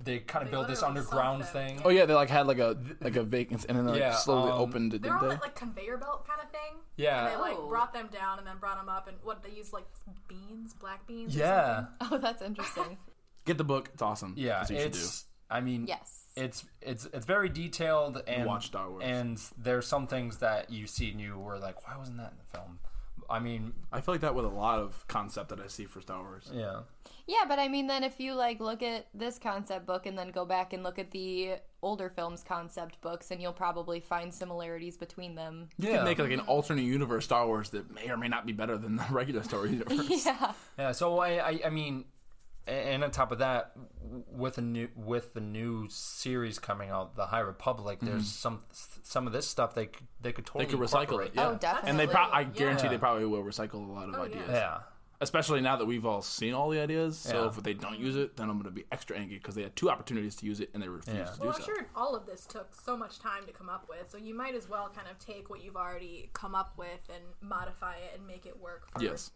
S1: They kind of built this
S2: literally
S1: underground
S2: sunk them.
S1: thing.
S3: Oh yeah, they like had like a like a vacancy, and then like
S1: Yeah,
S3: slowly
S1: um,
S3: opened it,
S2: They're
S3: didn't
S2: on
S3: they?
S2: like, like conveyor belt kind of thing.
S1: Yeah.
S2: And they like
S4: Oh.
S2: brought them down and then brought them up and what they use like beans, black beans. or
S1: Yeah,
S2: something?
S4: <laughs> Oh, that's interesting.
S3: Get the book. It's awesome.
S1: yeah.
S3: That's what you should do.
S1: It's I mean
S4: Yes.
S1: It's it's it's very detailed and
S3: Watch Star Wars.
S1: and there's some things that you see and you were like, why wasn't that in the film? I mean,
S3: I feel like that with a lot of concept that I see for Star Wars.
S1: yeah,
S4: Yeah, but I mean, then if you like look at this concept book and then go back and look at the older films concept books, and you'll probably find similarities between them.
S3: You
S1: Yeah.
S3: could make like an alternate universe Star Wars that may or may not be better than the <laughs> regular Star Wars universe.
S4: Yeah.
S1: <laughs> Yeah, so I, I, I mean, a- and on top of that, w- with a new with the new series coming out, the High Republic, there's some some of this stuff they could, they could totally
S3: Mm-hmm. They could recycle it.
S1: incorporate.
S3: Yeah.
S4: Oh, definitely.
S3: And they pro- I guarantee
S1: Yeah. Oh,
S3: they probably will recycle a lot of ideas.
S1: Yeah,
S3: Especially now that we've all seen all the ideas. So
S1: Yeah.
S3: if they don't use it, then I'm going to be extra angry because they had two opportunities to use it and they refused
S1: Yeah.
S3: to do
S2: Well,
S3: so.
S2: I'm sure all of this took so much time to come up with, so you might as well kind of take what you've already come up with and modify it and make it work. For
S3: Yes.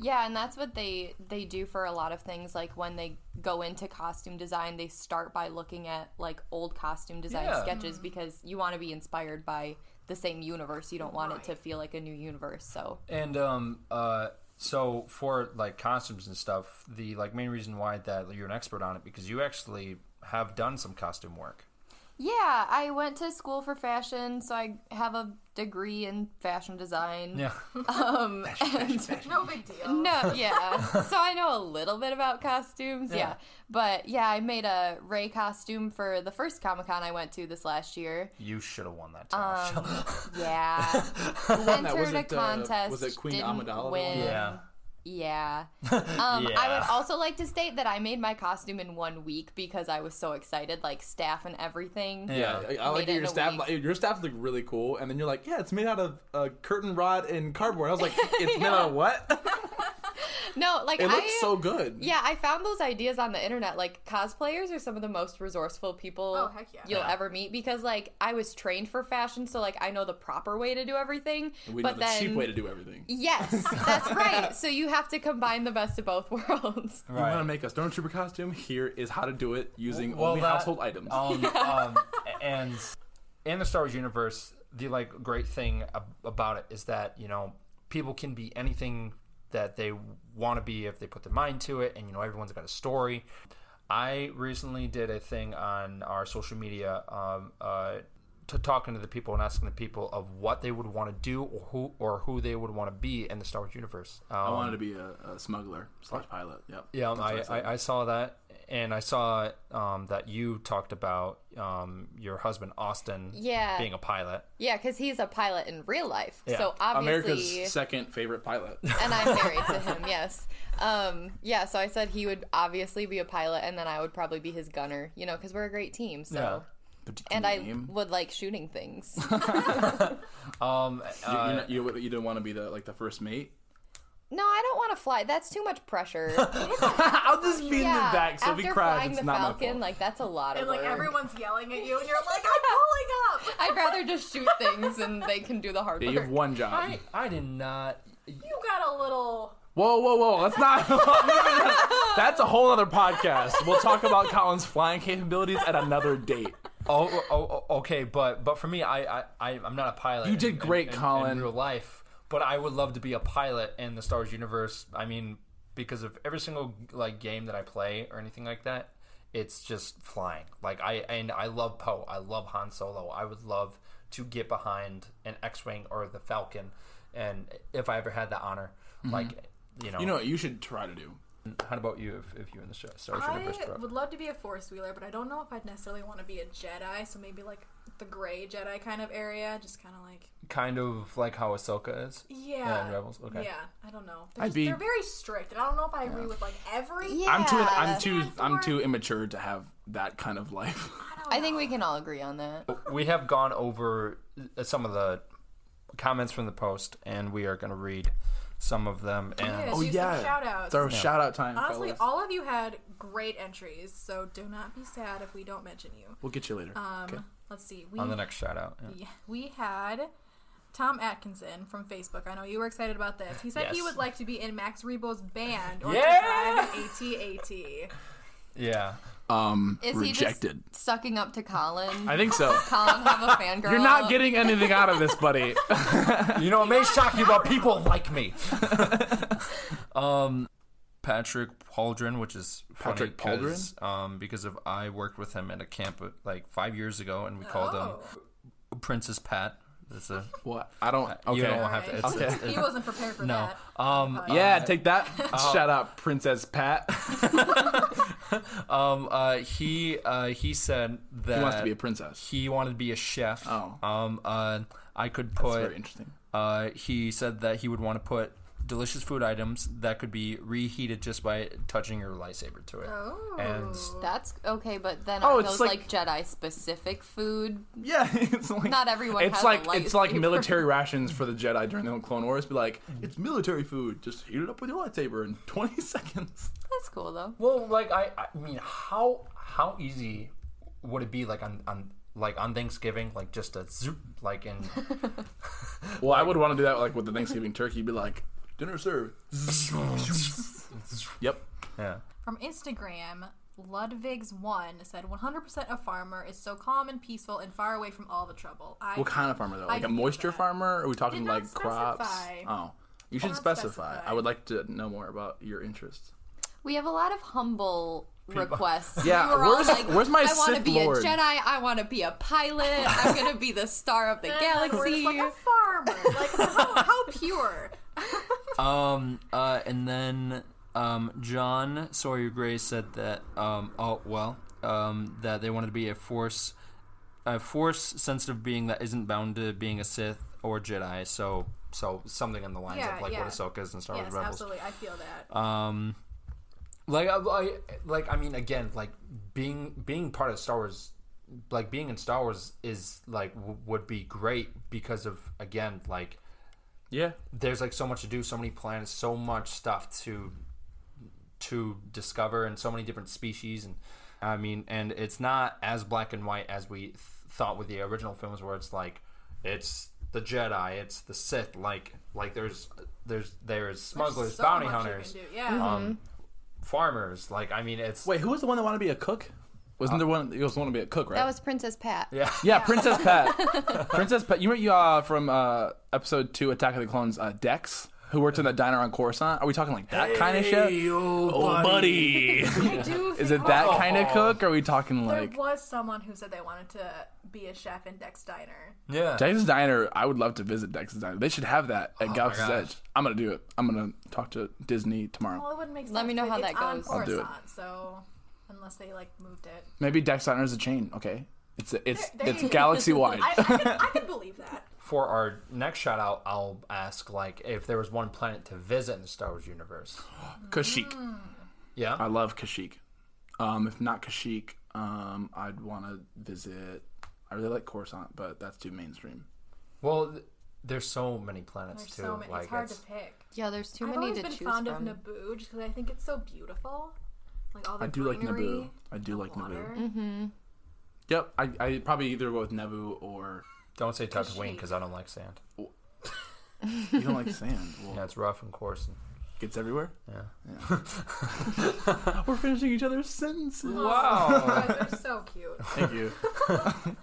S4: Yeah, and that's what they they do for a lot of things. Like when they go into costume design, they start by looking at like old costume design
S1: Yeah.
S4: sketches because you want to be inspired by the same universe. You don't want it to feel like a new universe. So
S1: and um uh. So for like costumes and stuff, the like main reason why that you're an expert on it because you actually have done some costume work.
S4: Yeah, I went to school for fashion, so I have a degree in fashion design.
S1: Yeah.
S4: Um, and-
S2: No big
S4: <laughs>
S2: deal.
S4: no,
S3: <laughs>
S4: yeah. so I know a little bit about costumes, yeah. But yeah, I made a Ray costume for the first Comic Con I went to this last year.
S1: You should have won that time.
S3: <laughs>
S4: Yeah, entered
S3: Was it,
S4: a
S3: uh, was
S4: contest.
S3: it Queen
S4: didn't
S3: Amidala that won?
S1: <laughs>
S4: win.
S1: yeah.
S3: <laughs>
S4: Yeah. Um, I
S1: Yeah.
S4: would also like to state that I made my costume in one week because I was so excited, like staff and everything.
S3: Yeah, I, I like
S4: Made it in
S3: your
S4: a
S3: staff.
S4: week.
S3: like, Your staff look really cool, and then you're like, "Yeah, it's made out of uh, curtain rod and cardboard." I
S4: <laughs>
S3: was like, "It's made out of what?" <laughs>
S4: No, like
S3: It
S4: I
S3: looks so good.
S4: Yeah, I found those ideas on the internet. Like cosplayers are some of the most resourceful people
S2: Oh, heck yeah.
S4: you'll
S1: Yeah.
S4: ever meet because like I was trained for fashion, so like I know the proper way to do everything.
S3: we know
S4: but
S3: the
S4: then
S3: cheap way to do everything.
S4: <laughs> Yes, that's right. So you have to combine the best of
S3: <laughs>
S4: both <laughs> worlds.
S3: You want to make a stormtrooper costume? Here is how to do it using only
S1: that-
S3: household items. <laughs>
S1: Um, um, and in the Star Wars universe, the like great thing ab- about it is that you know people can be anything that they want to be if they put their mind to it, and you know everyone's got a story. I recently did a thing on our social media um, uh, to talking to the people and asking the people of what they would want to do or who or who they would want to be in the Star Wars universe. Um,
S3: I wanted to be a, a smuggler slash pilot. Yep.
S1: yeah,
S3: That's
S1: I,
S3: what
S1: I,
S3: said.
S1: I, saw that, and I saw um, that you talked about um, your husband Austin,
S4: Yeah.
S1: being a pilot.
S4: Yeah, because he's a pilot in real life. So obviously,
S3: America's second favorite
S4: <laughs>
S3: pilot.
S4: and I'm married
S3: <laughs>
S4: to him. Yes. Um, yeah. So I said he would obviously be a pilot, and then I would probably be his gunner. You know, because we're a great team. So.
S1: Yeah.
S4: And I
S3: Name.
S4: would like shooting things.
S1: Um,
S3: You-
S1: uh,
S3: you, know- you, you didn't want to be the like the first mate.
S4: No, I don't want to fly. That's too much pressure.
S3: <laughs> I'll just be
S4: yeah.
S3: in the back, so
S4: After
S3: if he cries,
S4: flying
S3: it's
S4: the
S3: not my
S4: Falcon,
S3: fault.
S4: like that's a lot of
S2: And like
S4: work.
S2: <laughs> everyone's yelling at you, and you're like, I'm pulling up.
S4: <laughs> I'd rather just shoot things and they can do the hard
S3: Yeah, you
S4: work.
S3: have one job.
S1: I I did not.
S2: You got a little.
S3: Whoa, whoa, whoa! That's not. <laughs> that's a whole other podcast. We'll talk about Colin's flying capabilities at another date.
S1: Oh, oh, oh, okay, but but for me, I I i am not a pilot.
S3: You did
S1: in-
S3: great,
S1: in- in-
S3: Colin.
S1: In real life, but I would love to be a pilot in the Star Wars universe. I mean, because of every single like game that I play or anything like that, it's just flying. Like I and I love Poe. I love Han Solo. I would love to get behind an X-wing or the Falcon, and if I ever had the honor, like you know,
S3: Mm-hmm. You know what you should try to do?
S1: How about you? If, if you're in the Star Star Wars
S2: I
S1: universe, bro?
S2: would love to be a force wheeler, but I don't know if I'd necessarily want to be a Jedi. So maybe like the gray Jedi kind of area, just kind of like
S1: kind of like how Ahsoka is.
S2: yeah,
S1: in Oh, Rebels? Okay.
S2: yeah. I don't know. They're,
S3: I'd
S2: just-
S3: be-
S2: they're very strict, and I don't know if I agree with like every.
S4: Yeah.
S3: I'm too. I'm too.
S2: Stand
S3: I'm
S2: for-
S3: too immature to have that kind of <laughs> life.
S4: I think we can all agree on that.
S3: Oh,
S1: we have gone over uh, some of the comments from the post, and we are going to read some of them. And
S2: Yes, you some shout-outs.
S3: It's our shout out time.
S2: Honestly,
S3: fellas.
S2: all of you had great entries, so do not be sad if we don't mention you. Um,
S3: we'll get you later. okay.
S2: Let's see. We
S1: on the next shout out,
S2: Yeah, we had Tom Atkinson from Facebook. I know you were excited about this. He said he
S1: Yes.
S2: would like to be in Max Rebo's band or
S1: Yeah!
S2: to drive an AT-AT.
S1: yeah,
S3: Um,
S4: Is
S3: rejected.
S4: he just sucking up to Colin?
S3: I think <laughs> so.
S4: Colin have a fangirl.
S3: You're not getting anything out of this, buddy.
S1: you know it may shock you, but people like <laughs> me. um, Patrick Pauldron, which is funny
S3: Patrick
S1: 'cause, um, because of I worked with him at a camp uh, like five years ago, and we called him Princess Pat. That's a
S3: <laughs> what? I don't. Okay.
S1: you don't have to.
S2: Right.
S1: It's, it's,
S2: he wasn't prepared for
S1: no.
S2: that.
S1: Um,
S3: yeah, take <laughs> that. shout out, Princess Pat. <laughs>
S1: Um, uh, he uh, he said that
S3: He wants to be a princess.
S1: He wanted to be a chef.
S3: Oh.
S1: um, uh, I could
S3: That's
S1: put.
S3: very interesting.
S1: Uh, he said that he would want to put delicious food items that could be reheated just by touching your lightsaber to it. Oh. And
S4: That's okay, but then
S3: Oh,
S4: are
S3: it's
S4: those
S3: like-
S4: like, Jedi specific food?
S3: Yeah, <laughs> it's like
S4: Not everyone
S3: It's
S4: has a
S3: like it's like
S4: <laughs> lightsaber.
S3: military rations for the Jedi during the Clone Wars. Be like, it's military food. Just heat it up with your lightsaber in <laughs> 20 seconds.
S4: That's cool though.
S1: well, like I, I mean, how how easy would it be like on on like on Thanksgiving, like just a zoop, like
S3: <laughs>
S1: in
S3: Well, I would want to do that like with the Thanksgiving turkey. Be like, dinner served. <laughs> yep.
S1: yeah.
S2: From Instagram, Ludvigs1 said 100% of farmer is so calm and peaceful and far away from all the trouble. I
S3: What kind of farmer though? Like a
S2: do
S3: moisture
S2: that.
S3: farmer? Are we talking
S2: Did not
S3: like crops?
S2: specify.
S3: Oh, you should
S2: not
S3: specify.
S2: specify.
S3: I would like to know more about your interests.
S4: We have a lot of humble
S3: <laughs>
S4: requests.
S3: Yeah,
S4: We were all
S3: where's- where's my
S4: I wanna
S3: Sith
S4: be
S3: Lord?"
S4: a Jedi. I want to be a pilot. I'm gonna be the star of the galaxy.
S2: <laughs> <laughs> We're just like a farmer. Like how, how
S3: <laughs>
S2: pure.
S6: Um, uh, and then um, John Sawyer Gray said that um, oh well, um, that they wanted to be a force, a force sensitive being that isn't bound to being a Sith or Jedi. So
S1: So something in the lines
S2: Yeah,
S1: of like
S2: yeah.
S1: what Ahsoka is in Star Wars
S2: Yes,
S1: Rebels.
S2: absolutely. I feel that.
S1: Um, like I, I like I mean again like being being part of Star Wars, like being in Star Wars is like w- would be great because of again like
S3: Yeah.
S1: there's like so much to do, so many planets, so much stuff to to discover, and so many different species. And I mean, and it's not as black and white as we th- thought with the original films, where it's like it's the Jedi, it's the Sith. Like like there's there's there's smugglers,
S2: so
S1: bounty
S2: much you
S1: hunters,
S2: can do, yeah.
S1: um, farmers. Like I mean, it's
S3: Mm-hmm. Wait, who was the one that wanted to be a cook? Wasn't there one? It was one to be a cook, right?
S4: that was Princess Pat. Yeah.
S3: yeah, Princess Pat. <laughs> Princess Pat. You remember you uh, from uh, episode two, Attack of the Clones, uh, Dex, who worked in that diner on Coruscant. Are we talking like that kind of shit? Oh, buddy.
S2: I do
S3: <laughs>
S2: think-
S3: Is it that kind of cook? Or are we talking
S2: There
S3: like
S2: was someone who said they wanted to be a chef in Dex Diner.
S3: Mm.
S1: yeah.
S3: Dex's Diner? I would love to visit Dex's Diner. They should have that at Galaxy's
S1: gosh.
S3: Edge. I'm gonna do it. I'm gonna talk to Disney tomorrow.
S2: Well, it wouldn't make sense.
S4: Let me know
S2: but
S4: how
S2: it's
S4: that
S2: on
S4: goes. I'll
S3: do it.
S2: Coruscant, So unless they like moved
S3: <laughs>
S2: it,
S3: Maybe Dex Diner is a chain. Okay, it's it's
S2: There- there
S3: it's
S2: you go. <laughs>
S3: galaxy wide.
S2: I, I, could, I could believe that.
S1: For our next shout out, I'll ask like if there was one planet to visit in the Star Wars universe.
S3: Kashyyyk.
S2: mm.
S1: Yeah.
S3: I love Kashyyyk. Um, if not Kashyyyk, um, I'd want to visit. I really like Coruscant, but that's too mainstream.
S1: Well, th- there's so many planets
S2: There's
S1: too.
S2: so many.
S1: like
S2: it's hard
S1: it's-
S2: to pick.
S4: there's too
S2: I've
S4: many
S2: always
S4: to
S2: been
S4: choose
S2: fond
S4: from.
S2: of Naboo just because I think it's so beautiful. Like all the
S3: I do like
S2: greenery,
S3: Naboo. I do
S2: the
S3: like
S2: water.
S3: Naboo.
S4: Mm-hmm.
S3: Yep, I I probably either go with Nebu or
S1: Don't say Tatooine because I don't like sand.
S3: you don't like <laughs> sand. Well,
S1: Yeah, it's rough and coarse. And,
S3: gets everywhere.
S1: yeah.
S3: We're finishing each other's sentences.
S1: Wow.
S2: Oh, Guys, they're so cute. <laughs>
S3: Thank you.
S1: <laughs>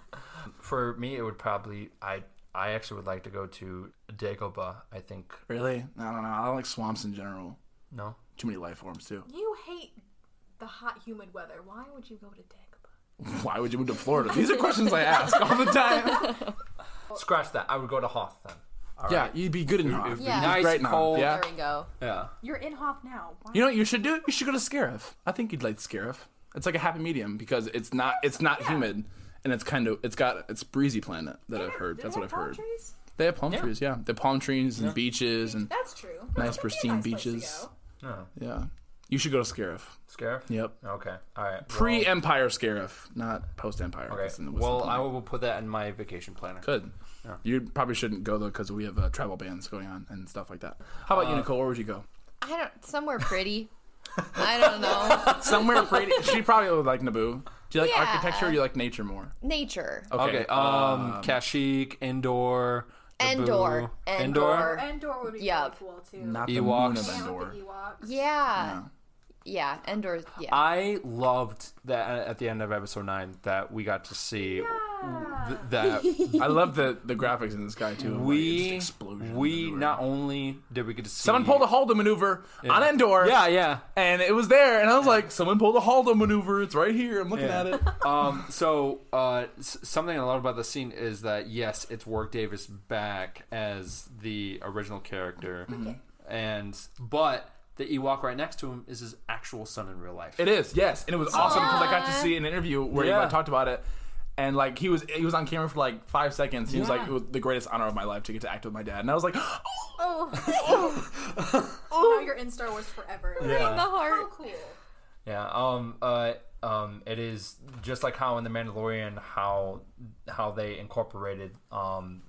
S1: For me, it would probably I I actually would like to go to Dagobah. I think
S3: Really? I don't know. I don't like swamps in general.
S1: no.
S3: Too many life forms too.
S2: You hate the hot, humid weather. Why would you go to Dagobah?
S3: Why would you move to Florida? These are questions I ask all the <laughs> time.
S2: Oh.
S1: Scratch that. I would go to Hoth then.
S3: yeah, you'd be good in Hoth.
S4: Yeah.
S3: You'd be great in Hoth,
S5: cold.
S3: Yeah.
S4: There we go.
S5: Yeah.
S2: You're in Hoth now. Why?
S3: You know what you should do? You should go to Scarif. I think you'd like Scarif. It's like a happy medium because it's not it's not humid and it's kind of it's got it's breezy planet that I've heard.
S2: Do
S3: That's
S2: they
S3: what I've
S2: have palm
S3: heard.
S2: trees?
S3: They have palm trees, yeah. They have palm trees and beaches and
S2: That's true.
S3: nice
S2: That'd be a
S3: pristine
S2: nice place to
S3: beaches.
S2: go.
S3: Yeah. You should go to Scarif.
S1: Scarif.
S3: Yep.
S1: Okay. All right.
S3: Pre Empire Scarif, not post Empire.
S1: Well, okay. Well, I will put that in my vacation planner.
S3: Good. You probably shouldn't go though because we have uh, travel bans going on and stuff like that. How
S1: Uh,
S3: about you, Nicole? Where would you go?
S4: I don't. Somewhere
S3: <laughs>
S4: pretty. I don't
S1: <laughs>
S4: know.
S3: Somewhere pretty. she probably would like Naboo. Do you like
S4: Yeah.
S3: architecture or do you like nature more?
S4: Nature.
S3: Oh.
S1: Okay. um, Kashyyyk, Endor,
S4: Endor.
S1: Naboo. Endor.
S4: Endor.
S2: Endor would be
S4: Yup.
S2: really cool too.
S3: Not the
S1: Ewoks.
S3: moon of
S1: Yeah,
S2: I don't
S3: Endor.
S2: think Ewoks.
S4: Yeah. Yeah. Endor. Yeah.
S1: I loved that uh, at the end of episode nine that we got to see th- that
S3: I love the, the graphics in this guy too. of, like, just
S1: we
S3: explosions
S1: we
S3: everywhere.
S1: not only did we get to see
S3: someone pulled a Haldo maneuver on Endor.
S1: yeah yeah
S3: and it was there, and I was like, someone pulled a Haldo maneuver. It's right here. I'm looking
S1: Yeah. <laughs>
S3: at it.
S1: um so uh s- something I love about the scene is that yes it's Warwick Davis back as the original character and but the Ewok right next to him is his actual son in real life
S3: It is, yes, and it was awesome because I got to see an interview where
S1: Yeah.
S3: you talked about it, and like he was he was on camera for like five seconds. He was like, "It was the greatest honor of my life to get to act with my dad," and I was like, <gasps>
S2: Now you're in Star Wars forever.
S4: In
S3: uh,
S4: the
S2: How
S4: heart.
S2: cool.
S1: Yeah. Um. Uh. Um. It is just like how in the Mandalorian, how how they incorporated um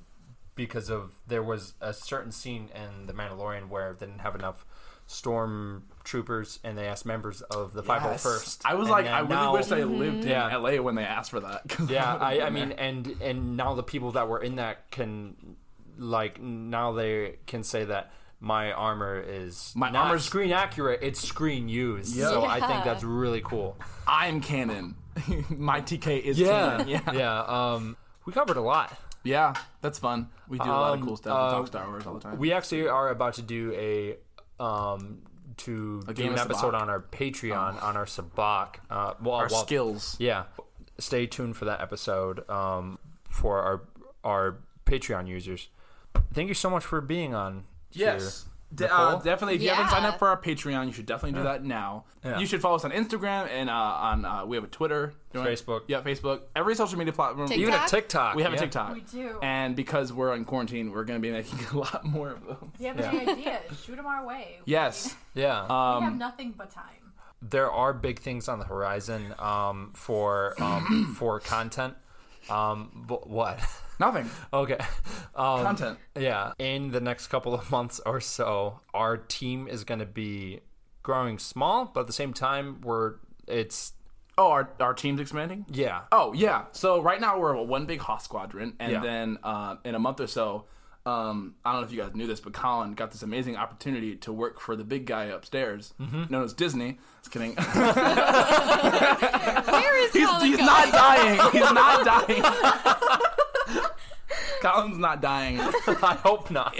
S1: because of there was a certain scene in the Mandalorian where they didn't have enough storm troopers and they asked members of the 501st.
S3: I was
S1: And
S3: like,
S1: then
S3: I really
S1: now-
S3: wish I
S1: <laughs>
S3: lived
S1: Yeah.
S3: in LA when they asked for that. 'Cause
S1: Yeah,
S3: that would've
S1: I, I
S3: been
S1: mean,
S3: there.
S1: and and now the people that were in that can, like, now they can say that my armor is
S3: My
S1: not
S3: armor's-
S1: screen accurate. It's screen used. So I think
S4: Yeah.
S1: that's really cool.
S3: <laughs> I'm canon. <laughs> my TK is canon. Yeah,
S1: yeah. Um, we covered a lot.
S3: yeah, that's fun. We do a lot of
S1: Um,
S3: cool stuff.
S1: uh,
S3: we talk Star Wars all the time.
S1: We actually are about to do a um, to
S3: give
S1: do an
S3: us a
S1: episode
S3: Sabacc.
S1: on our Patreon on our Sabak. Uh, well,
S3: Oh. Our
S1: well,
S3: skills.
S1: Yeah, stay tuned for that episode um, for our our Patreon users. Thank you so much for being on.
S3: Yes.
S1: here,
S3: De- uh,
S1: Nicole.
S3: definitely, if you haven't signed
S4: Yeah.
S3: up for our Patreon, you should definitely do that now. You should follow us on Instagram and uh, on uh, we have a Twitter, You know,
S1: Facebook.
S3: yeah, Facebook, every social media platform.
S4: TikTok.
S1: even a TikTok.
S3: We have a
S1: yeah.
S3: TikTok.
S2: We do.
S3: And because we're in quarantine, we're going to be making <laughs> a lot more of them.
S2: If you have any ideas, shoot them our way.
S3: Yes.
S1: Yeah.
S3: Uh,
S2: We
S3: Um,
S2: have nothing but time.
S1: there are big things on the horizon um, for
S3: <clears throat>
S1: um, for content. Um, but what? <laughs>
S3: Nothing.
S1: okay. Um,
S3: Content.
S1: Yeah. In the next couple of <laughs> months or so, our team is going to be growing small, but at the same time, we're it's
S3: Oh, our, our team's expanding?
S1: yeah. <laughs>
S3: Oh, yeah. So right now we're a one big Hoth squadron. And
S1: Yeah.
S3: then uh, in a month or so, um, I don't know if you guys knew this, but Colin got this amazing opportunity to work for the big guy upstairs
S1: Mm-hmm.
S3: known as Disney.
S1: <laughs>
S3: Just kidding. <laughs>
S4: Where is
S3: he's,
S4: Colin
S3: he's
S4: going?
S3: not dying. He's not dying. <laughs> Colin's not dying.
S1: I hope
S3: <laughs>
S1: not.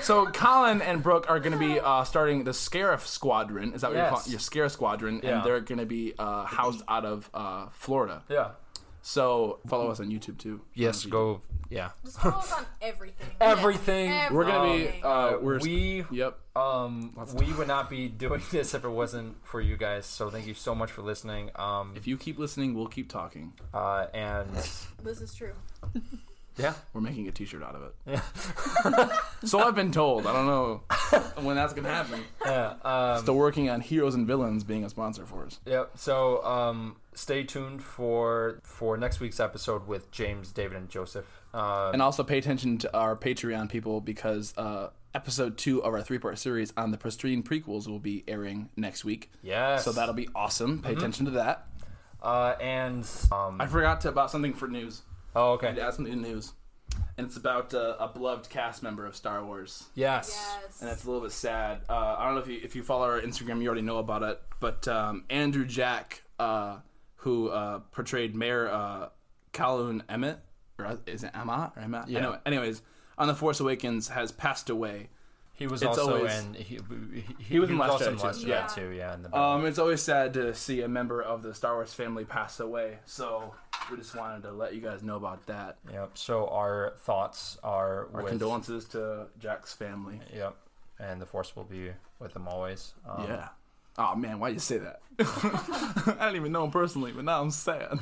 S3: So Colin and Brooke are going to be uh, starting the Scarif Squadron. Is that what you're
S1: Yes.
S3: calling your Scarif Squadron?
S1: Yeah.
S3: And they're going to be uh, housed out of uh, Florida.
S1: yeah.
S3: So follow us on YouTube too.
S1: Yes.
S3: Um,
S1: Go. Yeah.
S2: Just follow us
S3: <laughs>
S2: on everything.
S1: Everything.
S3: We're gonna be.
S2: Everything.
S3: Uh, we're
S1: we
S3: Yep.
S1: um we would not be <laughs> doing this if it wasn't for you guys. So thank you so much for listening. Um
S3: If you keep listening, we'll keep talking.
S1: uh and
S2: This is true.
S1: <laughs> yeah.
S3: We're making a T-shirt out of it. <laughs> so I've been told. I don't know <laughs> when that's gonna happen.
S1: um,
S3: Still working on Heroes and Villains being a sponsor for us.
S1: Yep. So um, stay tuned for for next week's episode with James, David, and Joseph. Uh,
S3: And also pay attention to our Patreon people because uh, episode two of our three part series on the Pristine prequels will be airing next week.
S1: Yes. Mm-hmm.
S3: So that'll be awesome. Pay attention to that.
S1: uh, and um,
S3: I forgot to, about something for news.
S1: oh,
S3: I need to
S1: okay.
S3: add something to news. And it's about uh, a beloved cast member of Star Wars.
S1: Yes.
S2: Yes.
S3: And it's a little bit sad. Uh, I don't know if you, if you follow our Instagram, you already know about it. But um, Andrew Jack, uh, who uh, portrayed Mayor uh, Calhoun Emmett, or is it Emma or Emma? Yeah. Anyway, anyways, on The Force Awakens has passed away.
S1: He was
S3: It's
S1: also
S3: always-
S1: in. He, he,
S3: was in Last
S1: also
S3: Jedi
S1: in
S3: too,
S1: Last Jedi
S3: yeah.
S1: too. Yeah. In the
S3: Um, it's always sad to see a member of the Star Wars family pass away. So we just wanted to let you guys know about that.
S1: yep. So our thoughts are
S3: Our
S1: with.
S3: condolences to Jack's family.
S1: Yep. And the force will be with them always. Um,
S3: Yeah. Oh man, why'd you say <laughs> that? I don't even know him personally, but now I'm sad.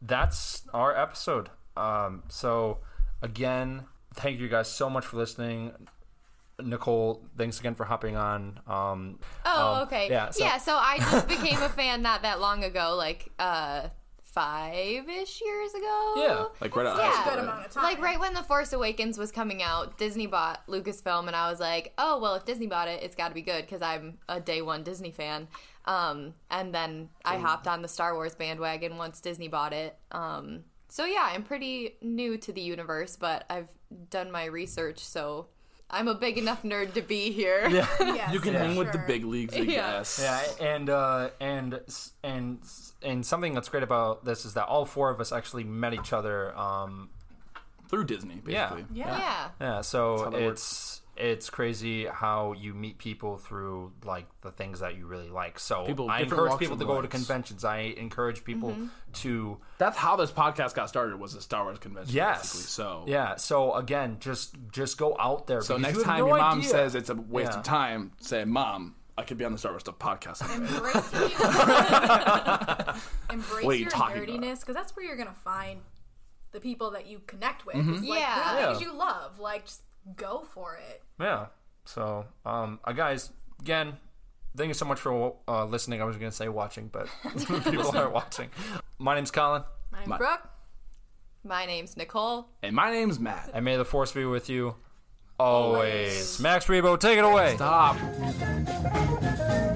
S1: that's our episode. Um, so again, thank you guys so much for listening. Nicole, thanks again for hopping on. Um,
S4: Oh,
S1: um,
S4: okay.
S1: Yeah.
S4: Yeah
S1: So,
S4: so.
S3: <laughs>
S4: I just became a fan not that long ago, like uh five ish years ago.
S1: Yeah,
S3: Like right out
S4: Yeah.
S3: high
S2: Good
S3: school.
S2: amount of time.
S4: Like right when The Force Awakens was coming out, Disney bought Lucasfilm, and I was like, "Oh well, if Disney bought it, it's got to be good because I'm a day one Disney fan." Um, and then I hopped on the Star Wars bandwagon once Disney bought it. Um, so yeah, I'm pretty new to the universe, but I've done my research, so I'm a big enough nerd to be here.
S2: Yes,
S3: You can
S2: for
S3: hang with the
S2: sure.
S3: big leagues, I
S4: Yeah.
S3: guess.
S1: Yeah, and uh, and s- and s- and something that's great about this is that all four of us actually met each other. Um,
S3: Through Disney, basically.
S2: Yeah.
S4: <laughs> yeah.
S1: yeah, so
S3: how that
S1: it's it's crazy how you meet people through like the things that you really like. So
S3: People-
S1: I
S3: different
S1: encourage
S3: walks Mm-hmm.
S1: people
S3: of
S1: to go to
S3: lives.
S1: conventions. I encourage people to
S3: That's how this podcast got started was a Star Wars convention.
S1: Yes.
S3: Basically. So
S1: yeah. So again, just just go out there.
S3: So next time your mom says it's a waste of time, say, Mom, I could be on the Star Wars stuff podcast. someday."
S2: Embrace, your- Embrace
S3: What are you
S2: your
S3: talking about?
S2: nerdiness because that's where you're gonna find the people that you connect with.
S3: Mm-hmm.
S2: It's Like,
S4: Yeah.
S2: the things you love, like just go for it.
S1: Yeah. So, um, uh, guys, again, thank you so much for uh, listening. I was going to say watching, but <laughs> people are watching. My name's Colin,
S2: I'm Brooke.
S4: My name's Nicole.
S3: and my name's Matt.
S1: and may the force be with you always. Max Rebo, take it away.
S3: Stop.
S7: Thank